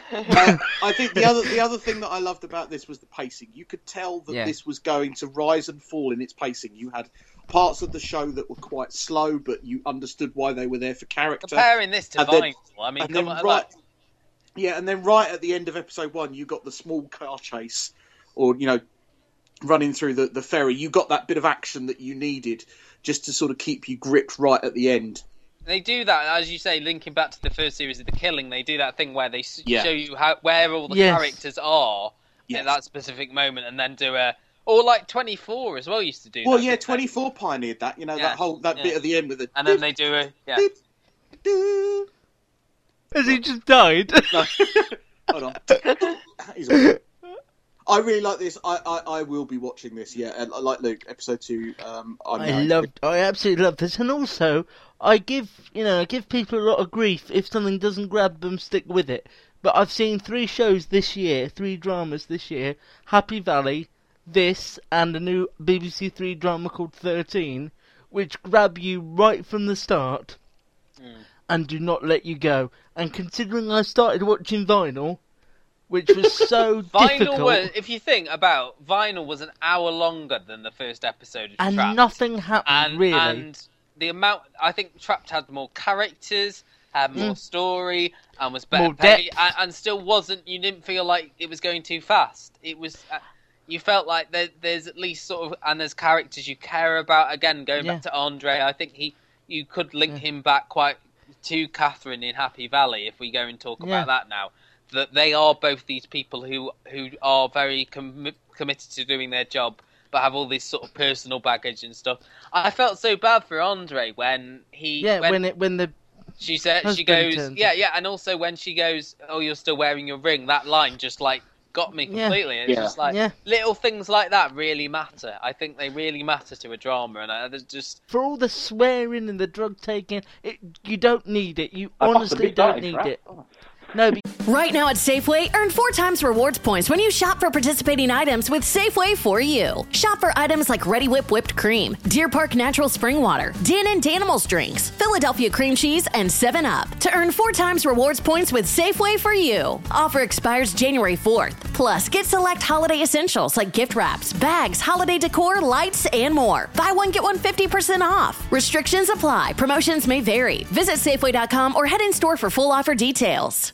D: Uh, [LAUGHS] I think the other the other thing that I loved about this was the pacing. You could tell that
C: Yeah.
D: this was going to rise and fall in its pacing. You had parts of the show that were quite slow, but you understood why they were there for character.
E: comparing this to
D: And then-
E: Vinyl I mean
D: and then
E: come
D: right
E: on, like,
D: Yeah, and then right at the end of episode one, you got the small car chase, or you know, running through the the ferry. You got that bit of action that you needed just to sort of keep you gripped right at the end.
E: They do that, as you say, linking back to the first series of The Killing. They do that thing where they s-
D: Yeah.
E: show you how where all the
C: Yes.
E: characters are
D: Yes.
E: at that specific moment, and then do a or like Twenty Four as well used to do.
D: Well,
E: that,
D: yeah,
E: didn't they?
D: twenty four pioneered that. You know
E: Yeah,
D: that whole that
E: yeah.
D: bit at the end with the
E: And then they do a yeah.
D: Beep, doo.
C: Has he just died?
D: Hold on. [LAUGHS] He's on. I really like this. I, I, I will be watching this. Yeah, and uh, like Luke, episode two. Um, I'm
C: I loved, I absolutely love this, and also I give you know I give people a lot of grief if something doesn't grab them, stick with it. But I've seen three shows this year, three dramas this year: Happy Valley, this, and a new BBC Three drama called Thirteen, which grab you right from the start
E: Hmm.
C: and do not let you go. And considering I started watching Vinyl, which was so difficult,
E: [LAUGHS] Vinyl was, if you think about Vinyl, was an hour longer than the first episode of
C: and
E: Trapped.
C: nothing happened
E: and
C: really.
E: and the amount I think Trapped had more characters, had more story, and was better
C: Mm. More
E: paced,
C: depth.
E: and, and still wasn't. You didn't feel like it was going too fast. It was. Uh, you felt like there, there's at least sort of and there's characters you care about. Again, going
C: Yeah.
E: back to Andre, I think he you could link him back quite to Catherine in Happy Valley if we go and talk
C: Yeah.
E: about that now. That they are both these people who who are very com- committed to doing their job, but have all this sort of personal baggage and stuff. I felt so bad for Andre when he
C: yeah, when, it when the
E: she said she
C: husband turns
E: goes
C: up.
E: yeah yeah, and also when she goes oh you're still wearing your ring that line just like got me
C: Yeah.
E: completely. It's
D: Yeah.
E: just like
C: Yeah.
E: little things like that really matter. I think they really matter to a drama, and I, they're just
C: for all the swearing and the drug taking, it, you don't need it. You
G: I must
C: honestly
G: admit,
C: don't
G: that is
C: need
G: crap.
C: it. No, but
H: Right now at Safeway, earn four times rewards points when you shop for participating items with Safeway for you. Shop for items like Ready Whip whipped cream, Deer Park natural spring water, Dan and Danimals drinks, Philadelphia cream cheese, and 7 Up to earn four times rewards points with Safeway for you. Offer expires January 4th. Plus, get select holiday essentials like gift wraps, bags, holiday decor, lights, and more. Buy one, get one 50% off. Restrictions apply. Promotions may vary. Visit Safeway.com or head in store for full offer details.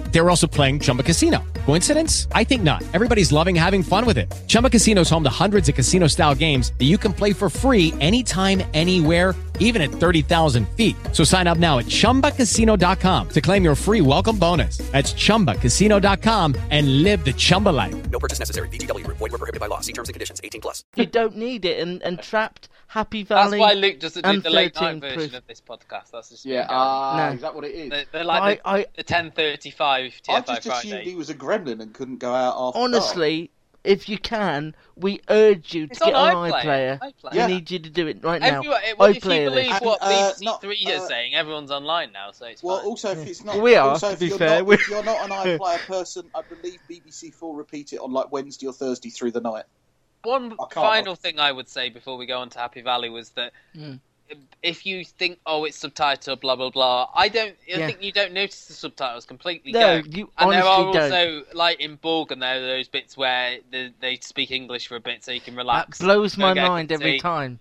I: They were also playing Chumba Casino. Coincidence? I think not. Everybody's loving having fun with it. Chumba Casino is home to hundreds of casino style games that you can play for free anytime, anywhere, even at 30,000 feet. So sign up now at chumbacasino.com to claim your free welcome bonus. That's chumbacasino.com and live the Chumba life.
C: you don't need it. And, and trapped, Happy
E: that's
C: Valley.
E: why Luke doesn't do
C: and
E: the late night
C: 13
E: version
C: proof.
E: of this podcast. That's just
G: Yeah,
E: yeah.
G: ah,
C: No.
G: is that what it is?
E: they're, they're like
C: I- I-
E: the, the ten thirty five
D: I
E: TFI
D: just assumed he
E: Friday.
D: was a gremlin and couldn't go out after.
C: Honestly, if you can, we urge you to
E: It's
C: get
E: on
C: an
E: iPlayer.
C: iPlayer.
E: iPlayer.
C: We
D: Yeah.
C: need you to do it right now.
E: Everyone, well, if
C: iPlayer
E: you
C: this.
E: believe what
D: And, uh,
E: BBC
D: not-
E: Three is
D: uh,
E: saying, everyone's online now, so it's
D: Well,
E: fine.
D: also if it's not,
C: We are,
D: Also,
C: to
D: if
C: be
D: you're
C: fair,
D: not,
C: we're-
D: if
C: [LAUGHS]
D: you're not an iPlayer person, I believe BBC Four repeat it on like Wednesday or Thursday through the night.
E: One
D: can't.
E: final thing I would say before we go on to Happy Valley was that
C: Hmm.
E: if you think, oh, it's subtitled, blah blah blah, I don't. I
C: Yeah.
E: think you don't notice the subtitles completely.
C: No,
E: don't.
C: you
E: and there are
C: honestly don't.
E: also like in Borg, and there are those bits where the, they speak English for a bit, so you can
C: that
E: relax.
C: blows
E: Go
C: my
E: get a
C: mind every
E: tea.
C: time.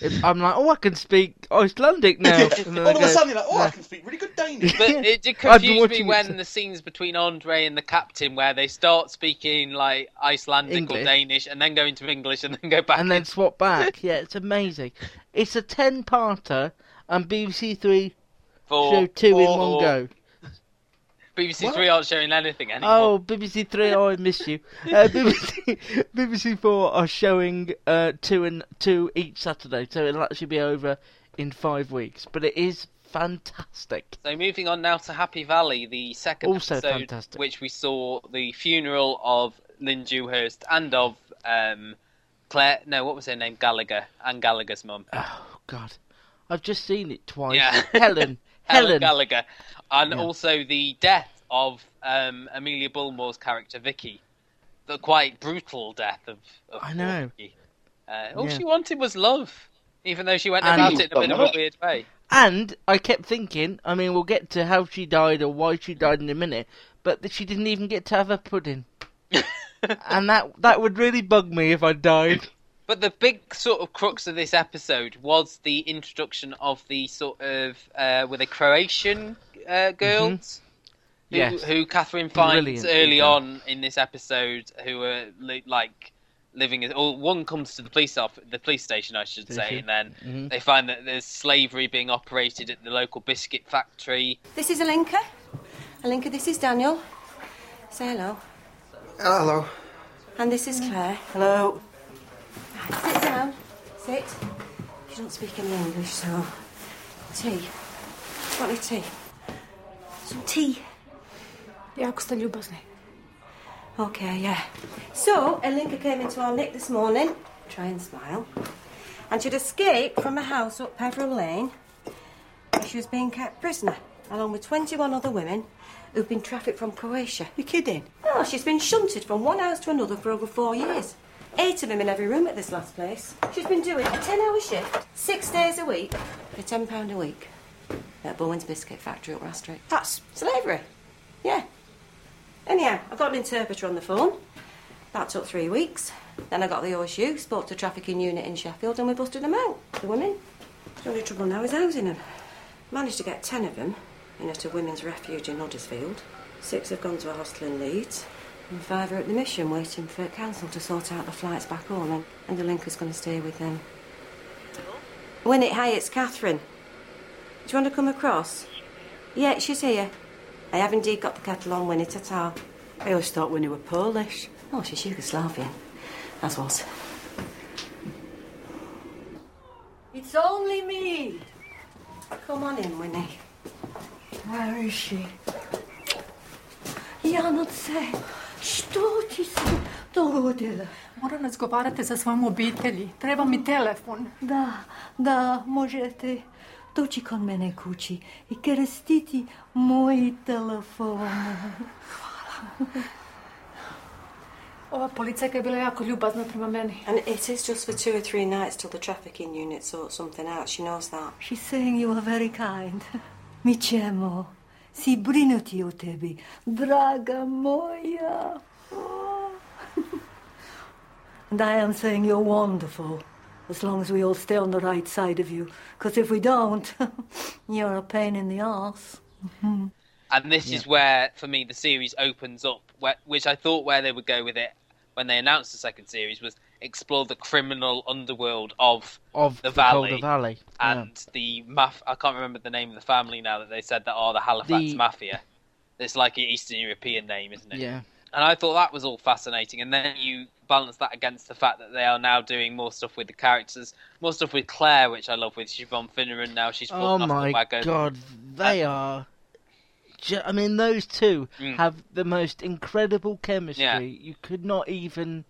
C: If- I'm like, oh, I can speak Icelandic now. And then I
D: [LAUGHS] All of
C: go,
D: a sudden, you're like, oh, I
C: "Nah."
D: can speak really good Danish.
E: But it did
C: I've been
E: confuse me
C: watching it
E: when
C: since-
E: the scenes between Andre and the captain, where they start speaking like Icelandic
C: English.
E: or Danish, and then go into English, and then go back.
C: and then swap back. Yeah, it's amazing. It's a ten-parter, and BBC Three
E: for
C: show two in
E: for-
C: one go.
E: BBC Three aren't showing anything anymore.
C: Oh, BBC Three, oh, I miss you. Uh,
E: [LAUGHS]
C: BBC, BBC Four are showing uh, two and two each Saturday, so it'll actually be over in five weeks. But it is fantastic.
E: So moving on now to Happy Valley, the second
C: Also
E: episode,
C: fantastic.
E: which we saw the funeral of Lynn Dewhurst and of um, Claire. No, what was her name? Gallagher and Gallagher's mum.
C: Oh God, I've just seen it twice.
E: Yeah.
C: [LAUGHS]
E: [LAUGHS]
C: Helen, Helen,
E: Gallagher, and also the death of um, Amelia Bullmore's character Vicky. The quite brutal death of. of
C: I know.
E: Vicky. Uh, all
C: Yeah.
E: she wanted was love, even though she went
C: And-
E: about it in a bit of a
G: Much.
E: weird way.
C: and I kept thinking. I mean, we'll get
E: [LAUGHS]
C: to how she died or why she died in a minute, but that she didn't even get to have a pudding. and that that would really bug me if I died.
E: But the big sort of crux of this episode was the introduction of the sort of uh, were they Croatian uh, girls who,
C: Mm-hmm. Yes.
E: who Catherine finds
C: Brilliant
E: early
C: people.
E: on in this episode who are li- like living. As, or one comes to the police off the police station, I should say,
C: Station. Mm-hmm.
E: and then they find that there's slavery being operated at the local biscuit factory.
J: This is Alinka. Alinka, this is Daniel. Say hello.
K: Hello.
J: And this is Claire. Hello. sit down. Sit. You don't speak any English, so. Tea. Want any tea? Some tea.
L: Jako ste ljubazni.
J: Okay, yeah. So, Alinka came into our nick this morning. Try and smile. And she'd escaped from a house up Peveril Lane. where She was being kept prisoner, along with 21 other women who'd been trafficked from Croatia. You kidding? Oh, she's been shunted from one house to another for over four years. Eight of them in every room at this last place. She's been doing a 10 hour shift, six days a week, for £10 a week. At Bowen's Biscuit Factory up Rastrick. That's slavery. Yeah. Anyhow, I got an interpreter on the phone. That took three weeks. Then I got the OSU, spoke to a trafficking unit in Sheffield, and we busted them out, the women. The only trouble now is housing them. Managed to get ten of them in at a women's refuge in Huddersfield. Six have gone to a hostel in Leeds, and five are at the mission waiting for council to sort out the flights back home, and, and Alinka's going to stay with them. Winnet, hi, it's Catherine. Do you want to come across? Yeah, she's here. I have indeed got the kettle on Winnie Tatar. I always thought Winnie were Polish. Oh, she's Yugoslavian. As was. It's only me. Come on in, Winnie. Where is she? Ja not se. Što ti se dogodilo?
L: Moram razgovarati sa svojom obitelji. Treba mi telefon.
M: Da, da, možete doći kod mene kući i krstiti moj telefon.
L: Ova policajka je bila jako ljubazna prema meni.
J: And it is just for two or three nights till the trafficking unit sorts something out. She knows that.
M: She's saying you are very kind. Mi ćemo si brinuti o tebi, draga moja. And I am saying you're wonderful, as long as we all stay on the right side of you. Because if we don't, [LAUGHS] you're a pain in the arse.
E: And this is where, for me, the series opens up, where, which I thought where they would go with it when they announced the second series was explore the criminal underworld of
C: Of the
E: the valley,
C: Calder Valley, yeah.
E: and the maf. I can't remember the name of the family now that they said that are the Halifax
C: The-
E: Mafia. It's like an Eastern European name, isn't it?
C: Yeah.
E: And I thought that was all fascinating. And then you balance that against the fact that they are now doing more stuff with the characters, more stuff with Claire, which I love. With she's on Finneran now. She's
C: Oh
E: fallen off
C: my
E: the wagon.
C: god, they are. Ju- I mean, those two
E: Mm.
C: have the most incredible chemistry.
E: Yeah.
C: You could not even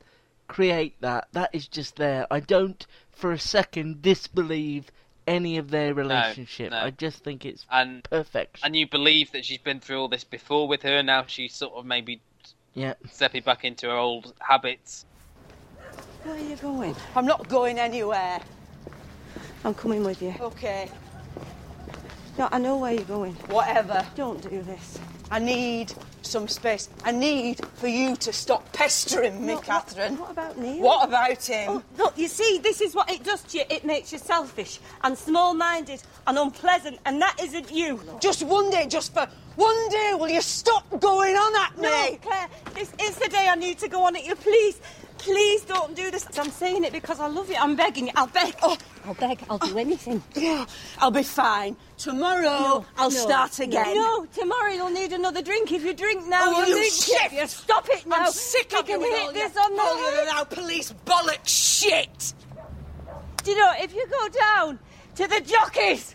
C: create that. That is just there. I don't, for a second, disbelieve any of their relationship.
E: no.
C: I just think it's
E: and
C: perfect.
E: and you believe that she's been through all this before with her. Now she's sort of maybe
C: Yeah.
E: stepping back into her old habits.
J: Where are you going? I'm not going anywhere. I'm coming with you. Okay. No, I know where you're going. Whatever. Don't do this. I need some space. I need for you to stop pestering
N: me,
J: Catherine. What about Neil? What about him? Oh, look, you see, this is what it does to you. It makes you selfish and small-minded and unpleasant, and that isn't you. Just one day, just for one day, will you stop going on at me? No, Claire, this is the day I need to go on at you. Please, please don't do this. I'm saying it because I love you. I'm begging you. I'll beg. Oh, I'll beg. I'll do anything. Yeah, I'll be fine. Tomorrow,
N: No,
J: I'll
N: no,
J: start
N: no.
J: again.
N: No,
J: tomorrow you'll need another drink. If you drink now,
N: Oh,
J: you'll
N: you
J: need
N: shift.
J: Yeah, Stop it now.
N: I'm sick
J: we
N: of
J: can
N: you with
J: hit
N: all
J: this
N: your-
J: on the
N: all your
J: head.
N: loud police bollock shit.
J: Do you know, if you go down to the jockeys,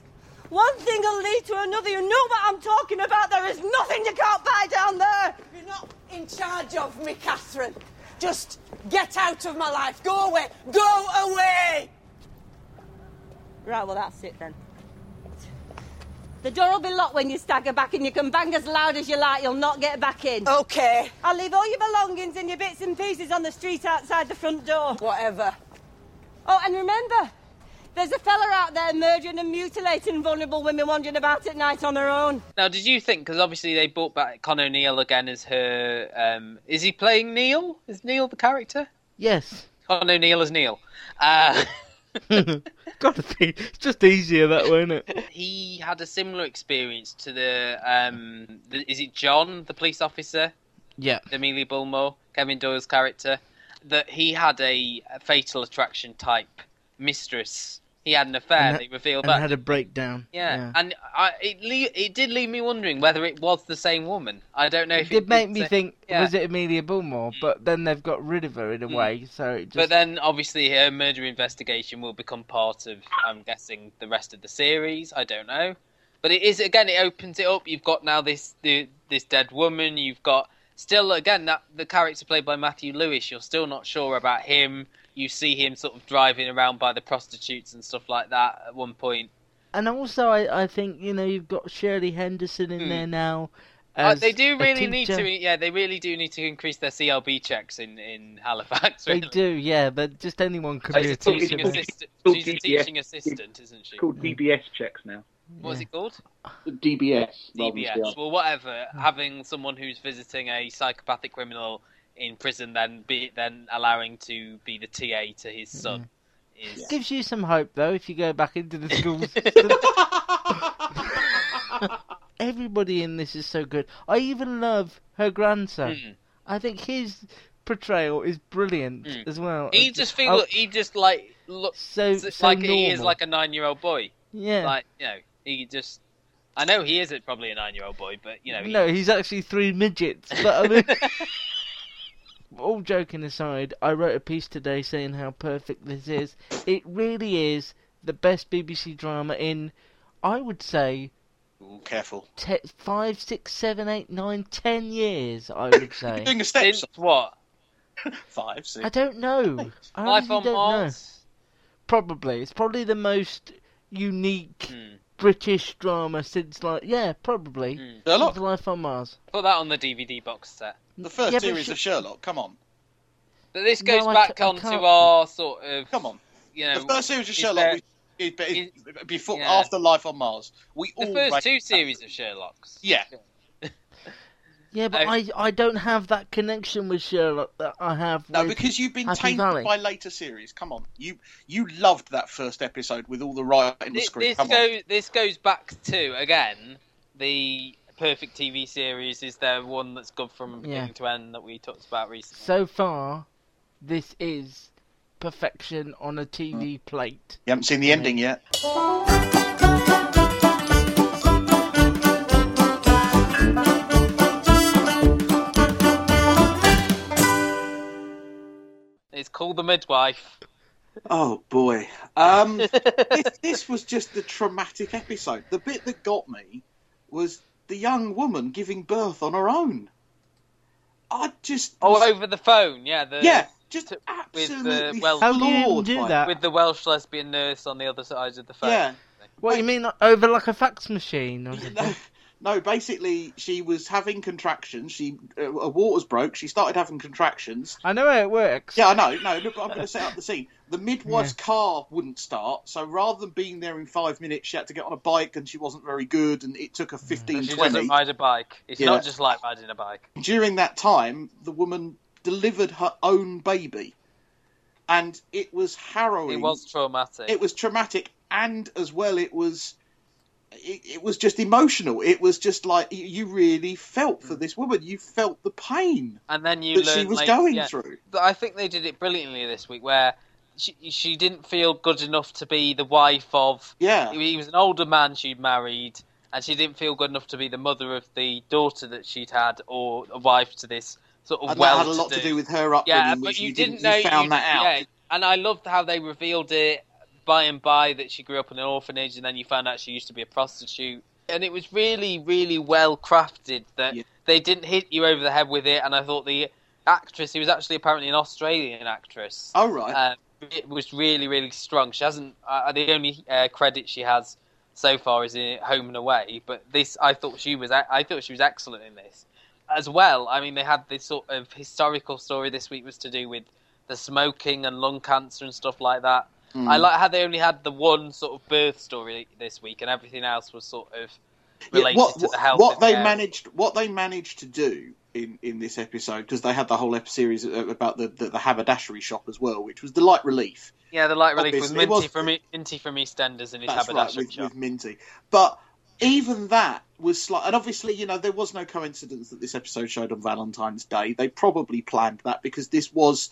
J: one thing will lead to another. You know what I'm talking about. There is nothing you can't buy down there.
N: You're not in charge of me, Catherine. Just get out of my life. Go away. Go away.
J: Right, well, that's it then. The door will be locked when you stagger back and you can bang as loud as you like. You'll not get back in. Okay. I'll leave all your belongings and your bits and pieces on the street outside the front door. Whatever. Oh, and remember,
K: There's a fella out there murdering and mutilating vulnerable women wandering about at night on their own.
E: Now, did you think? Because obviously they brought back Con O'Neill again as her. Um, is he playing Neil? Is Neil the character?
C: Yes. [LAUGHS]
E: Con O'Neill as Neil. Uh, [LAUGHS]
C: Gotta be. It's just easier that way, isn't it?
E: [LAUGHS] he had a similar experience to the, um, the. Is it John, the police officer?
C: Yeah.
E: Amelia Bulmore, Kevin Doyle's character, that he had a a fatal attraction type mistress. He had an affair.
C: And
E: they revealed
C: and
E: that.
C: had a breakdown.
E: yeah. and I, it le- it did leave me wondering whether it was the same woman. I don't know if it,
C: It made me
E: say-
C: think,
E: Yeah.
C: was it Amelia Bullmore? But then they've got rid of her in a
E: Mm.
C: way, so it just.
E: But then, obviously, her murder investigation will become part of, I'm guessing, the rest of the series. I don't know, but it is again. It opens it up. You've got now this the, this dead woman. You've got still again that the character played by Matthew Lewis. You're still not sure about him. You see him sort of driving around by the prostitutes and stuff like that at one point.
C: And also, I, I think, you know, you've got Shirley Henderson in
E: Hmm.
C: there now.
E: Uh,
C: As
E: they do
C: a
E: really need
C: teacher.
E: to, yeah. They really do need to increase their CLB checks in in Halifax.
C: They
E: Really.
C: do, yeah, but just anyone could be
E: She's
C: a
E: a teaching
C: teacher.
E: assistant.
C: Called
E: She's a
C: DBS.
E: teaching assistant, isn't she?
G: called DBS checks now.
E: What's it called?
G: DBS. rather than
E: DBS. Well, whatever.
C: Hmm.
E: Having someone who's visiting a psychopathic criminal in prison, then be then allowing to be the TA to his
C: Hmm.
E: son. Is
C: Gives you some hope, though, if you go back into the
E: [LAUGHS]
C: schools. [LAUGHS] Everybody in this is so good. I even love her grandson. I think his portrayal is brilliant
E: Mm.
C: as well.
E: he just feels
C: Oh,
E: he just like looks
C: So-
E: like
C: so
E: he is
C: normal.
E: like a nine-year-old boy.
C: Yeah.
E: like you know, he just. I know he is probably a nine-year-old boy, but you know, he-
C: no, he's actually three midgets. But I mean, [LAUGHS] all joking aside, I wrote a piece today saying how perfect this is. It really is the best BBC drama in, I would say,
D: Ooh, careful.
C: te- five, six, seven, eight, nine, ten years. I would say.
E: [LAUGHS]
D: Doing a step.
E: Since what?
D: Five, six.
C: I don't know. I
E: Life
C: honestly
E: on
C: don't
E: Mars?
C: know. Probably it's probably the most unique
E: Hmm.
C: British drama since like yeah, probably since Life on Mars.
E: Put that on the DVD box set.
D: The first
C: Yeah, but
D: series
C: she-
D: of Sherlock. Come on.
E: But this
D: No,
E: goes
D: I
E: back
D: ca- I
E: onto
D: can't-
E: our sort of.
D: Come on.
E: You know,
D: the first series of
E: is
D: Sherlock
E: there-
D: we- is- is- before
E: yeah.
D: after Life on Mars. We
E: the
D: all
E: first
D: rate
E: two
D: that.
E: series of Sherlock's.
D: Yeah.
C: Yeah, but I, I don't have that connection with Sherlock that I have.
D: No,
C: with
D: because you've been
C: Happy
D: tainted
C: Valley.
D: by later series. Come on, you you loved that first episode with all the right in the
E: This,
D: screen.
E: this
D: Come on,
E: goes this goes back to again the perfect TV series. Is there one that's good from beginning to end that we talked about recently?
C: So far, this is perfection on a TV plate.
D: you haven't seen the ending yet.
E: It's called The Midwife.
D: Oh boy,
E: [LAUGHS]
D: um, this, this was just the traumatic episode. The bit that got me was the young woman giving birth on her own. I just
E: Oh, over the phone, yeah. The,
D: Yeah, just
E: with the
D: absolutely
E: Welsh,
C: How do you even floored do by it. that?
E: With the Welsh lesbian nurse on the other side of the phone.
D: Yeah.
C: What do you mean over like a fax
E: [LAUGHS]
C: machine? Or
D: no, no, basically she was having contractions. She uh, her waters broke. She started having contractions.
C: I know how it works.
D: Yeah, I know. No, look, I'm going to set up the scene. The midwife's car wouldn't start, so rather than being there in five minutes, she had to get on a bike, and she wasn't very good, and it took her 15,
E: She
D: 20.
E: doesn't ride a bike. It's
D: Yeah.
E: not just like riding a bike.
D: During that time, the woman delivered her own baby, and it was harrowing.
E: It was traumatic.
D: It was traumatic, and as well, it was it, it was just emotional. It was just like you, you really felt
E: Mm.
D: for this woman. You felt the pain.
E: and then you
D: that she
E: learn
D: was
E: later-
D: going
E: yeah.
D: through.
E: But I think they did it brilliantly this week, where she she didn't feel good enough to be the wife of.
D: Yeah.
E: he was an older man she'd married, and she didn't feel good enough to be the mother of the daughter that she'd had, or a wife to this sort of
D: And
E: well.
D: that had a lot to do with her upbringing.
E: Yeah,
D: which
E: but you,
D: you
E: didn't,
D: didn't-
E: know.
D: you found that out.
E: Yeah, and I loved how they revealed it by and by that she grew up in an orphanage, and then you found out she used to be a prostitute. And it was really, really well crafted. That they didn't hit you over the head with it. And I thought the actress, who was actually apparently an Australian actress,
D: oh right,
E: uh, it was really, really strong. She hasn't. Uh, the only uh, credit she has so far is in Home and Away. But this, I thought she was. I I thought she was excellent in this as well. I mean, they had this sort of historical story this week was to do with the smoking and lung cancer and stuff like that.
D: Mm.
E: I like how they only had the one sort of birth story this week, and everything else was sort of related
D: what,
E: to the health.
D: what
E: and
D: they
E: care.
D: managed what they managed to do in, in this episode because they had the whole ep series uh, about the, the the haberdashery shop as well which was the light relief
E: Yeah, the light relief was
D: Obviously, it was-
E: Minty from E- Minty from EastEnders and his
D: That's right,
E: haberdashery
D: with,
E: shop.
D: with Minty. But even that was slight, and obviously, you know, there was no coincidence that this episode showed on Valentine's Day. They probably planned that because this was,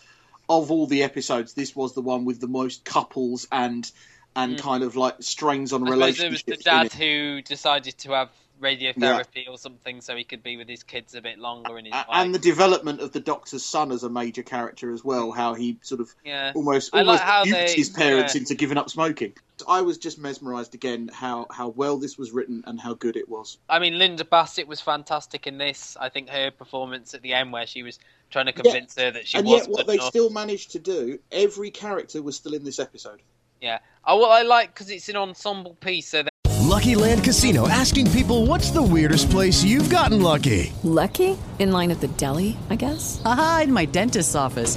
D: of all the episodes, this was the one with the most couples and and
E: Mm.
D: kind of like strains on
E: I suppose there was
D: relationships.
E: the
D: in
E: dad
D: it.
E: who decided to have radiotherapy or something so he could be with his kids a bit longer in his
D: A-
E: life.
D: And the development of the Doctor's son as a major character as well, how he sort of
E: Yeah.
D: almost
E: I like
D: almost
E: how
D: duped
E: they-
D: his parents
E: yeah.
D: into giving up smoking. I was just mesmerised again how how well this was written and how good it was.
E: I mean, Linda Bassett was fantastic in this. I think her performance at the end, where she was trying to convince her that she
D: and
E: was
D: yet, what
E: good
D: they
E: enough.
D: still managed to do, every character was still in this episode.
E: Yeah. Oh, well, I like because it's an ensemble piece, so
O: Lucky Land Casino asking people what's the weirdest place you've gotten lucky?
P: Lucky? In line at the deli, I guess? Aha, in my dentist's office.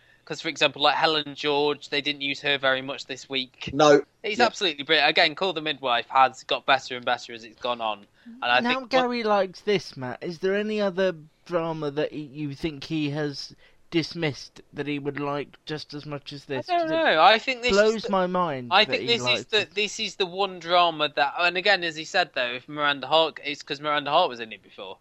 E: Because, for example, like Helen George, they didn't use her very much this week.
D: No,
E: He's absolutely brilliant. Again, Call the Midwife has got better and better as it's gone on, and I
C: now
E: think
C: Gary likes this, Matt. Is there any other drama that he, you think he has dismissed that he would like just as much as this?
E: I don't
C: 'Cause it
E: know. I think this is
C: blows
E: the-
C: my mind.
E: I
C: that
E: think
C: he
E: this is
C: likes
E: the this is the one drama that, and again, as he said though, if Miranda Hart, it's because Miranda Hart was in it before,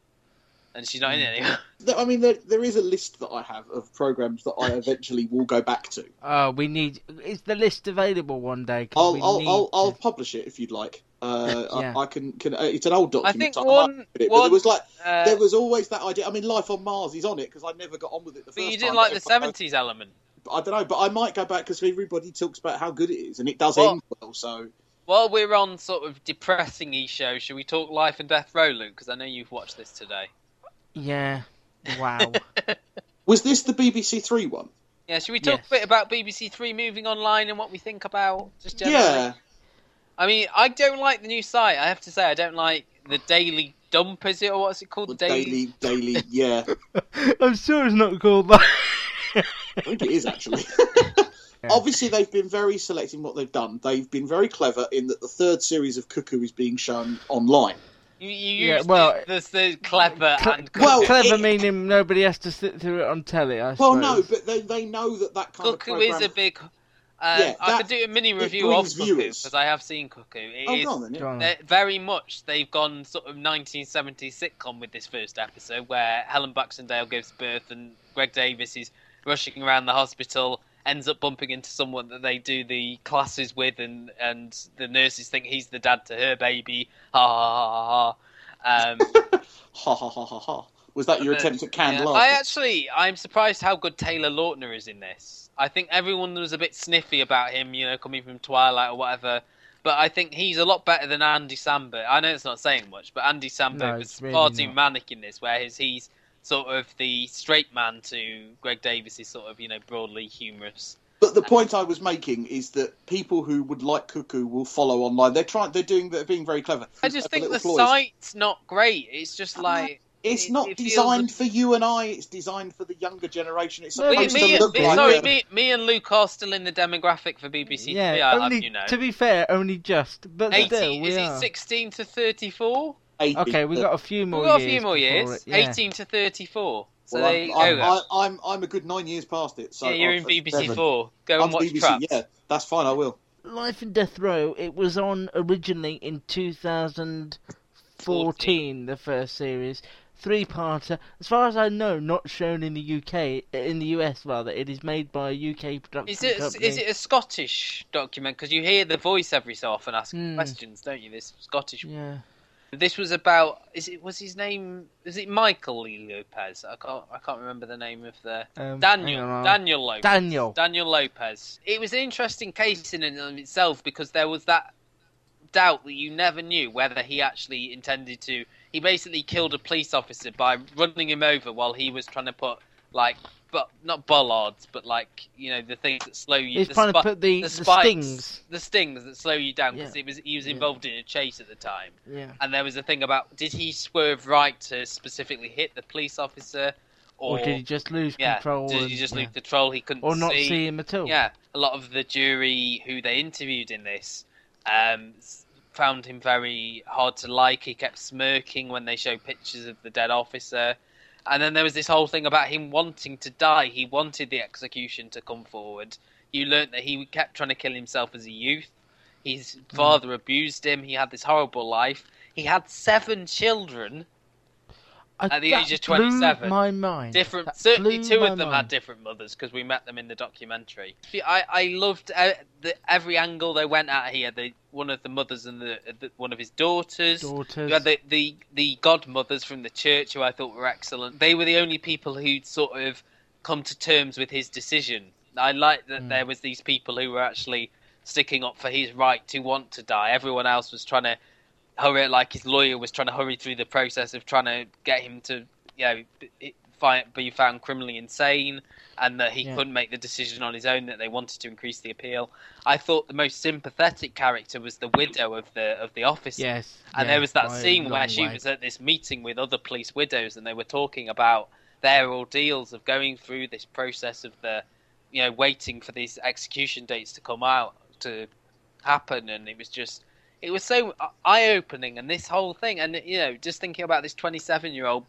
E: and she's not in
C: Mm. [LAUGHS]
E: it anymore.
D: Th- I mean, there, there is a list that I have of programs
E: [LAUGHS]
D: that I eventually will go back to.
C: Oh, we need. Is the list available one day? 'Cause
D: I'll
C: we
D: I'll,
C: need
D: I'll,
C: to-
D: I'll publish it if you'd like. Uh, I-
C: Yeah.
D: I, can can. Uh, it's an old document.
E: think
D: so I
E: one-
D: might put it, but
E: one,
D: there was like
E: uh,
D: there was always that idea. I mean, Life on Mars is on it because I never got on with it the
E: But
D: first
E: you didn't
D: time,
E: like the
D: but if I-
E: seventies element.
D: I don't know, but I might go back because everybody talks about how good it is, and it does
E: Well-
D: end well. So
E: While we're on sort of depressing y show, should we talk Life and Death Row, Luke? Because I know you've watched this today. [LAUGHS]
C: Yeah. Wow.
D: was this the BBC Three one?
E: Yeah, should we talk
D: Yes.
E: a bit about BBC Three moving online and what we think about just generally?
D: Yeah,
E: I mean, I don't like the new site. I have to say, I don't like the Daily Dump. Is it or what's it called? The
D: Daily, Daily,
E: [LAUGHS]
D: yeah.
C: I'm sure it's not called that.
D: I think it is
E: [LAUGHS]
D: actually. Obviously, they've been very selective in what they've done. They've been very clever in that the third series of Cuckoo is being shown online.
E: You, you
C: Yeah,
E: use
C: well,
E: the, the, the clever and
C: well, [LAUGHS] clever meaning nobody has to sit through it on telly. I
D: Well,
C: suppose.
D: no, but they they know that that kind
E: Cuckoo
D: of
E: is
D: program.
E: a big. Uh,
D: Yeah,
E: I
D: that-
E: could do a mini
D: it
E: review of
D: brings
E: Cuckoo
D: viewers.
E: because I have seen Cuckoo. It
D: Oh,
E: is-
D: go on then, yeah. Go on.
E: they're- very much they've gone sort of 1970s sitcom with this first episode where Helen Baxendale gives birth and Greg Davis is rushing around the hospital, ends up bumping into someone that they do the classes with, and and the nurses think he's the dad to her baby. Ha ha ha ha ha. Um,
D: Ha ha ha ha ha. Was that your
E: Uh,
D: attempt at canned
E: yeah.
D: laughter?
E: I actually, I'm surprised how good Taylor Lautner is in this. I think everyone was a bit sniffy about him, you know, coming from Twilight or whatever. But I think he's a lot better than Andy Samberg. I know it's not saying much, but Andy Samberg
C: No,
E: was
C: it's really
E: far too
C: not.
E: manic in this, whereas he's sort of the straight man to Greg Davis is sort of, you know, broadly humorous.
D: But the point I was making is that people who would like Cuckoo will follow online. They're trying. They're doing. They're being very clever.
E: I
D: Clever
E: just think
D: little
E: the
D: ploys.
E: site's not great. It's just like
D: It's
E: it-
D: not
E: it feels-
D: designed for you and I. It's designed for the younger generation. It's
E: Me,
D: supposed
E: me-
D: to look
E: me-
D: like
E: sorry,
D: a-
E: me, me and Luke are still in the demographic for BBC
C: Yeah,
E: Three. I love
C: only
E: you know.
C: to be fair, only just. But
E: 80,
C: still, we
E: is
C: are.
E: it 16 to 34?
C: Okay, we got a few
E: We've
C: more.
E: got a
C: years
E: few more
C: before
E: years.
C: it, yeah.
E: 18 to 34. So
D: Well,
E: there you
D: I'm,
E: go.
D: I'm, I, I'm, I'm a good nine years past it. So
E: Yeah, you're
D: I'm
E: in BBC
D: 37.
E: Four. Go and
D: I'm
E: watch
D: BBC,
E: Trapped.
D: Yeah, that's fine. I will.
C: Life and Death Row. It was on originally in 2014, the first series, three-parter. As far as I know, not shown in the UK, in the US rather. It is made by a UK production
E: Is it
C: company.
E: is it a Scottish document? Because you hear the voice every so often asking
C: Hmm.
E: questions, don't you? This Scottish.
C: Yeah.
E: This was about. Is it was his name? Is it Michael Lee Lopez? I can't. I can't remember the name of the
C: Um, hang
E: Daniel.
C: on, I'll-
E: Daniel Lopez.
C: Daniel.
E: Daniel Lopez. It was an interesting case in and of itself because there was that doubt that you never knew whether he actually intended to. He basically killed a police officer by running him over while he was trying to put like, but not bollards, but like you know the things that slow you.
C: He's
E: the
C: trying to
E: spi-
C: put the- the
E: spikes-
C: stings.
E: the stings that slow you down because
C: Yeah.
E: it was he was
C: Yeah.
E: involved in a chase at the time.
C: Yeah.
E: And there was a thing about did he swerve right to specifically hit the police officer,
C: Or
E: or,
C: did he just lose
E: yeah,
C: control
E: Did
C: and-
E: he just
C: yeah.
E: lose control? He couldn't
C: Or not
E: see.
C: see him at all.
E: Yeah, a lot of the jury who they interviewed in this um, s- found him very hard to like. He kept smirking when they showed pictures of the dead officer. And then there was this whole thing about him wanting to die. He wanted the execution to come forward. You learnt that he kept trying to kill himself as a youth. His father abused him. He had this horrible life. He had seven children at the
C: that
E: age of
C: blew
E: 27.
C: my mind.
E: Different,
C: That
E: certainly
C: blew
E: two
C: my
E: of them had
C: mind.
E: different mothers because we met them in the documentary. See, I, I loved uh, the, every angle they went at here. The one of the mothers and the, uh, the one of his daughters.
C: Daughters.
E: You had the, the the godmothers from the church who I thought were excellent. They were the only people who'd sort of come to terms with his decision. I liked that
C: Hmm.
E: there was these people who were actually sticking up for his right to want to die. Everyone else was trying to hurry, like his lawyer was trying to hurry through the process of trying to get him to, you know, b- find, be found criminally insane, and that he
C: Yeah.
E: couldn't make the decision on his own. That they wanted to increase the appeal. I thought the most sympathetic character was the widow of the of the officer.
C: Yes,
E: and
C: yeah,
E: there was that
C: by a
E: scene where
C: long
E: she
C: way.
E: was uh, at this meeting with other police widows, and they were talking about their ordeals of going through this process of the, you know, waiting for these execution dates to come out to happen, and it was just it was so eye opening, and this whole thing, and you know, just thinking about this twenty seven year old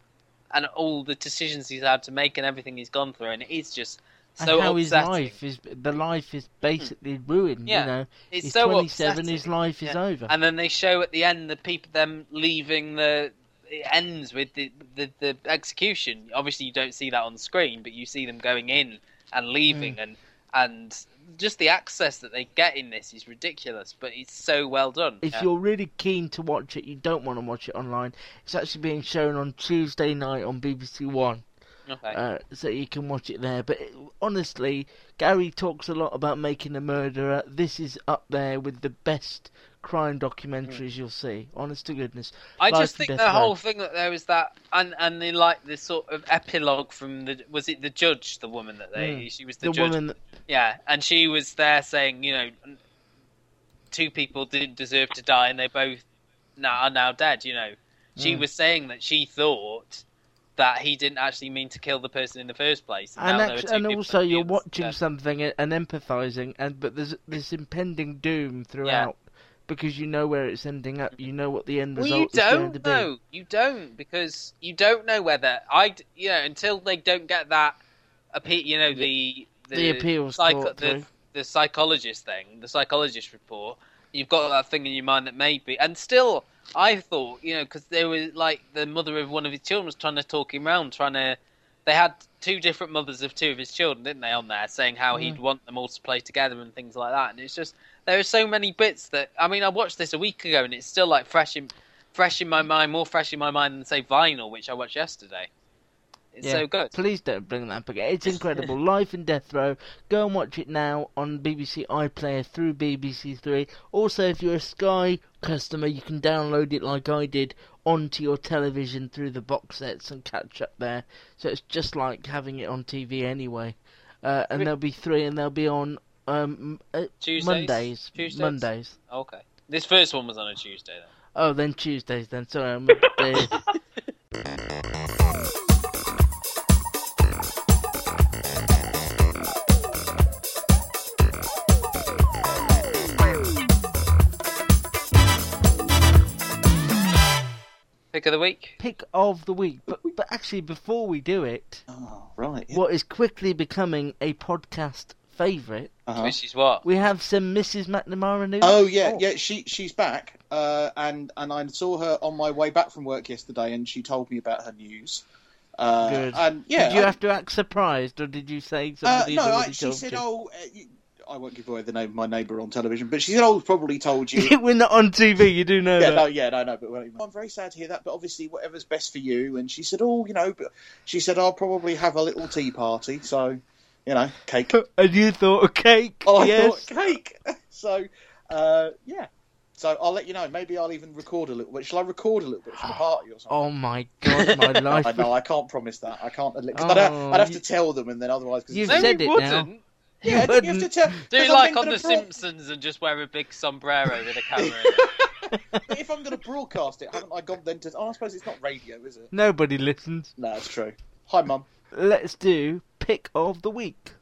E: and all the decisions he's had to make and everything he's gone through, and it is just
C: And
E: so
C: how his
E: upsetting.
C: life is the life is basically ruined.
E: Yeah.
C: You know,
E: It's
C: he's
E: so
C: 27. His
E: upsetting.
C: life is
E: Yeah.
C: over.
E: And then they show at the end the people them leaving the. It ends with the, the the execution. Obviously, you don't see that on screen, but you see them going in and
C: Hmm.
E: leaving, and and just the access that they get in this is ridiculous. But it's so well done.
C: If
E: Yeah.
C: you're really keen to watch it, you don't want to watch it online. It's actually being shown on Tuesday night on BBC One.
E: Okay.
C: Uh, so you can watch it there. But it, honestly, Gary talks a lot about making a murderer. This is up there with the best crime documentaries you'll see. Honest to goodness.
E: Hmm. I
C: Life
E: just
C: and Death
E: think the
C: Row.
E: whole thing that there was that, and and they like the sort of epilogue from the was it the judge, the woman that they
C: Mm.
E: she was the,
C: The
E: judge,
C: woman that-
E: yeah, and she was there saying, you know, two people didn't deserve to die, and they both now are now dead. You know, she
C: Mm.
E: was saying that she thought that he didn't actually mean to kill the person in the first place, and,
C: and
E: now there
C: actu-
E: were two
C: and
E: people
C: also
E: that
C: you're
E: did.
C: watching
E: Yeah.
C: something and, and empathizing and but there's this impending doom throughout because you know where it's ending up you know what the end
E: Well, you
C: result is going to
E: don't
C: be
E: know. You don't because you don't know whether I, you know, until they don't get that, appe- you know, the the,
C: The appeals court
E: the,
C: through.
E: the psychologist thing, the psychologist report. You've got that thing in your mind that maybe, and still, I thought, you know, because there was like the mother of one of his children was trying to talk him round, trying to. They had two different mothers of two of his children, didn't they, on there, saying how he'd
C: Mm.
E: want them all to play together and things like that. And it's just there are so many bits that I mean, I watched this a week ago, and it's still like fresh in fresh in my mind, more fresh in my mind than say Vinyl, which I watched yesterday. It's so good.
C: Please don't bring that up again.
E: [LAUGHS]
C: It's incredible. Life and Death Row. Go and watch it now on BBC iPlayer through BBC Three. Also, if you're a Sky customer, you can download it like I did onto your television through the box sets and catch up there. So it's just like having it on TV anyway. Uh, and
E: Re-
C: there'll be three, and they'll be on um, uh,
E: Tuesdays,
C: Mondays.
E: Tuesdays,
C: Mondays.
E: Okay, this first one was on a Tuesday then.
C: Oh, then Tuesdays. Then sorry, I'm
E: [LAUGHS] Pick of the week.
C: Pick of the week. But but actually, before we do it,
D: right.
C: what is quickly becoming a podcast favorite
E: Which is what?
C: We have some Mrs. McNamara news.
D: Oh yeah, yeah. She she's back, uh, and and I saw her on my way back from work yesterday, and she told me about her news. Uh,
C: Good.
D: And yeah,
C: did you
D: I-
C: have to act surprised, or did you say
D: Uh,
C: somebody?
D: no,
C: had
D: I,
C: already
D: she
C: told [LAUGHS]
D: said,
C: you?
D: "Oh, uh, you, I won't give away the name of my neighbour on television, but she said, "Oh, probably told you."
C: We're not on TV. You do know
D: yeah,
C: that.
D: no, yeah, no, no. But well, I'm very sad to hear that. But obviously, whatever's best for you. And she said, "Oh, you know," but she said, "I'll probably have a little tea party." So, you know, cake.
C: And you thought cake?
D: [LAUGHS] Oh, I [LAUGHS]
C: yes.
D: thought cake. so, uh, yeah. So I'll let you know. Maybe I'll even record a little bit. Shall I record a little bit for the party or something?
C: Oh my god,
D: [LAUGHS]
C: my life.
D: I know. I can't promise that. I can't. Cause I'd, have,
C: Oh,
D: I'd have
C: you-
D: to tell them, and then otherwise, because
C: You've No, you said it now. wouldn't.
D: Yeah,
C: You
D: I think you have to
C: wouldn't.
D: tell.
E: Do
D: 'cause
E: it
D: I'm
E: like
D: then
E: on The
D: gonna broad-
E: Simpsons and just wear a big sombrero with a camera.
C: [LAUGHS]
D: But if I'm going to broadcast it, haven't I got then to? Oh, I suppose it's not radio, is it?
C: Nobody listens.
D: No, that's true. Hi, Mum.
C: Let's do pick of the week.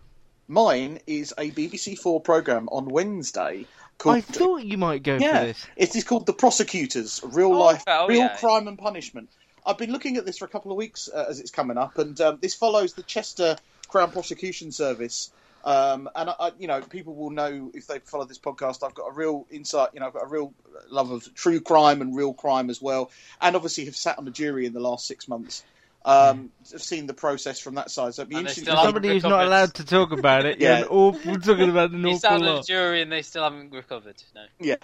D: Mine is a BBC Four program on Wednesday. Called,
C: I thought you might go
D: yeah,
C: for this.
D: it is called The Prosecutors: Real Life,
C: oh,
D: Real
C: yeah.
D: Crime and Punishment. I've been looking at this for a couple of weeks uh, as it's coming up, and um, this follows the Chester Crown Prosecution Service. Um, and I, I, you know, people will know if they follow this podcast. I've got a real insight. You know, I've got a real love of true crime and real crime as well, and obviously have sat on a jury in the last six months.
C: Hmm.
D: Um, I've seen the process from that side. So it'd be
E: And they
D: interesting.
E: still
D: to-
E: haven't
C: Somebody who's not allowed to talk about
D: [LAUGHS]
C: it.
D: Yeah.
C: yeah, awful, we're talking about an
E: He
C: awful
E: sat on a
C: [LAUGHS] lot.
E: jury and they still haven't recovered. No.
D: Yeah.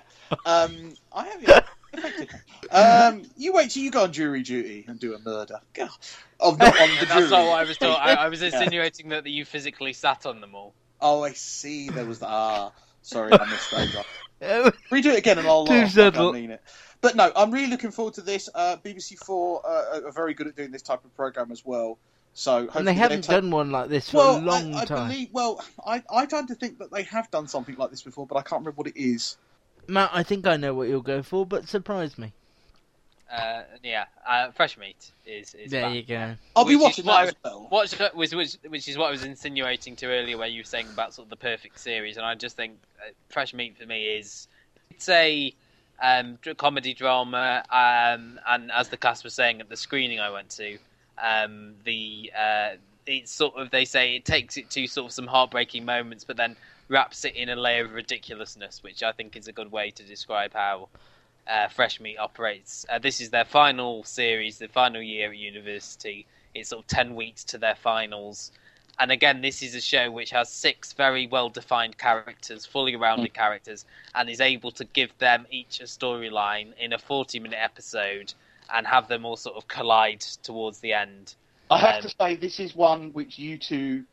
D: Um, I have. Yeah, effectively. um, you wait till you go on jury duty and do a murder. God. Oh, not on the
C: [LAUGHS]
E: That's
D: jury.
E: not what I was talking. I, I
D: [LAUGHS]
E: was
D: Yeah.
E: insinuating that, that you physically sat on them all.
D: Oh, I see. There was the ah. Sorry, I missed over.
C: [LAUGHS]
D: Redo it again, and I'll
E: Too
D: laugh. Like I
E: subtle.
D: mean it. But no, I'm really looking forward to this. Uh, BBC Four uh, are- are very good at doing this type of program as well. So hopefully
C: And they
D: they'll
C: haven't
D: take-
C: done one like this for
D: well,
C: a long
D: I, I
C: time.
D: Believe, well, I, I tend to think that they have done something like this before, but I can't remember what it is.
C: Matt, I think I know what you'll go for, but surprise me.
E: Uh, yeah, uh, fresh meat is. is
C: There
E: back.
C: you go.
D: I'll be
E: Which is
D: watching
E: what I
D: that as
E: was- What was which, which is what I was insinuating to earlier, where you were saying about sort of the perfect series, and I just think uh, fresh meat for me is it's a um, dr- comedy drama, um, and as the cast was saying at the screening I went to, um, the uh, it's sort of they say it takes it to sort of some heartbreaking moments, but then wraps it in a layer of ridiculousness, which I think is a good way to describe how uh, Fresh Meat operates. Uh, this is their final series, the final year at university. It's sort of 10 weeks to their finals. And again, this is a show which has six very well defined characters, fully
C: Hmm.
E: rounded characters, and is able to give them each a storyline in a 40 minute episode and have them all sort of collide towards the end.
D: I have
E: Um,
D: to say, this is one which you two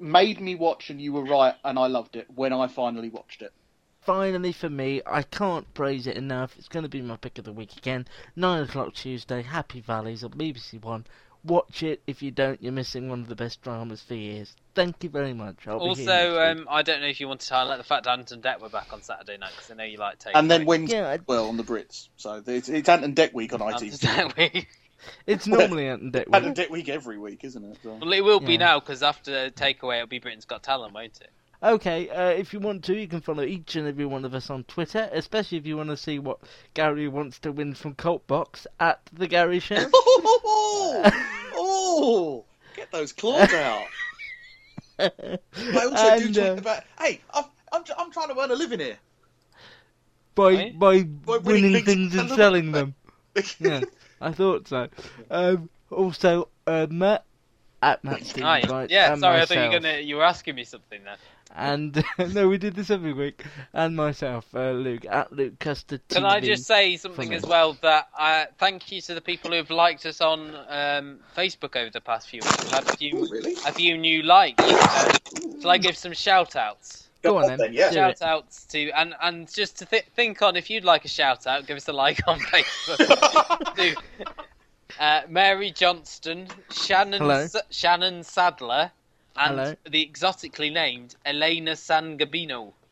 D: made me watch, and you were right, and I loved it when I finally watched it.
C: Finally, for me, I can't praise it enough. It's going to be my pick of the week again. 9 o'clock Tuesday, Happy Valleys on BBC One. Watch it. If you don't, you're missing one of the best dramas for years. Thank you very much. I'll be here
E: also,
C: next week.
E: um, I don't know if you want to highlight the fact that Ant and Deck were back on Saturday night because I know you like taking.
D: and then Wednesday, as well, on the Brits. So it's, it's Ant and Deck Week on
E: [LAUGHS]
D: ITV.
C: It's normally Ant and Deck
D: Ant
C: Week.
D: and Deck Week every week, isn't it? [LAUGHS] So-
E: Well, it will be
C: Yeah.
E: now because after takeaway, it'll be Britain's Got Talent, won't it?
C: Okay, uh, if you want to, you can follow each and every one of us on Twitter, especially if you want to see what Gary wants to win from Coltbox at The Gary
E: [LAUGHS]
C: Show.
D: oh, get those
C: [LAUGHS]
D: claws out. I also
C: And,
D: do tweet
C: uh,
D: about. Hey, I've, I'm, I'm trying to earn a living here.
C: by by
D: winning
C: winning
D: things
C: things
D: and
C: and selling
D: selling
C: them. yeah, I thought so. Um, also, uh, Matt at Matt Stevens
E: Aye.
C: Wright
E: Yeah,
C: and
E: sorry,
C: myself,
E: I thought you were gonna you were asking me something there.
C: and [LAUGHS] no, we did this every week, and myself, uh, Luke at Luke Custer.
E: Can I just say something as well that I thank you to the people who've liked us on um, Facebook over the past few weeks. We've had a few, a few new likes. Shall I give some shout outs?
C: Go on then. do
E: shout
C: it.
E: outs to and and just to th- think on if you'd like a shout out, give us a like on Facebook. [LAUGHS] to, uh, Mary Johnston, Shannon
C: Hello.
E: S- Shannon Sadler, and
C: Hello.
E: the exotically named Elena Sangabino.
D: [LAUGHS]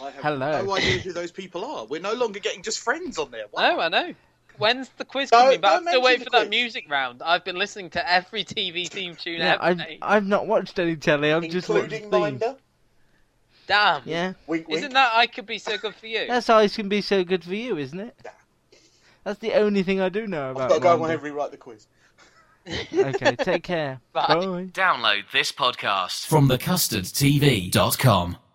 D: Oh, I have
C: Hello.
D: no idea who those people are. We're no longer getting just friends on there. Wow.
E: No, I know. When's the quiz
D: No,
E: coming back?
D: don't
E: I'm still waiting
D: mention
E: for
D: the
E: that music round. I've been listening to every TV theme tune
C: Yeah, I've
E: ever.
C: I've not watched any telly. I've just looked at the theme.
E: Damn.
C: Yeah. Wink, wink.
E: Isn't that I could be so good for you?
C: That's how ice can be so good for you, isn't it? That's the only thing I do know
D: I've
C: about.
D: got to go
C: Rhonda.
D: away and rewrite the quiz.
C: okay, take
E: [LAUGHS]
C: care. Bye.
F: Download this podcast from thecustardtv.com.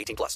Q: 18 plus.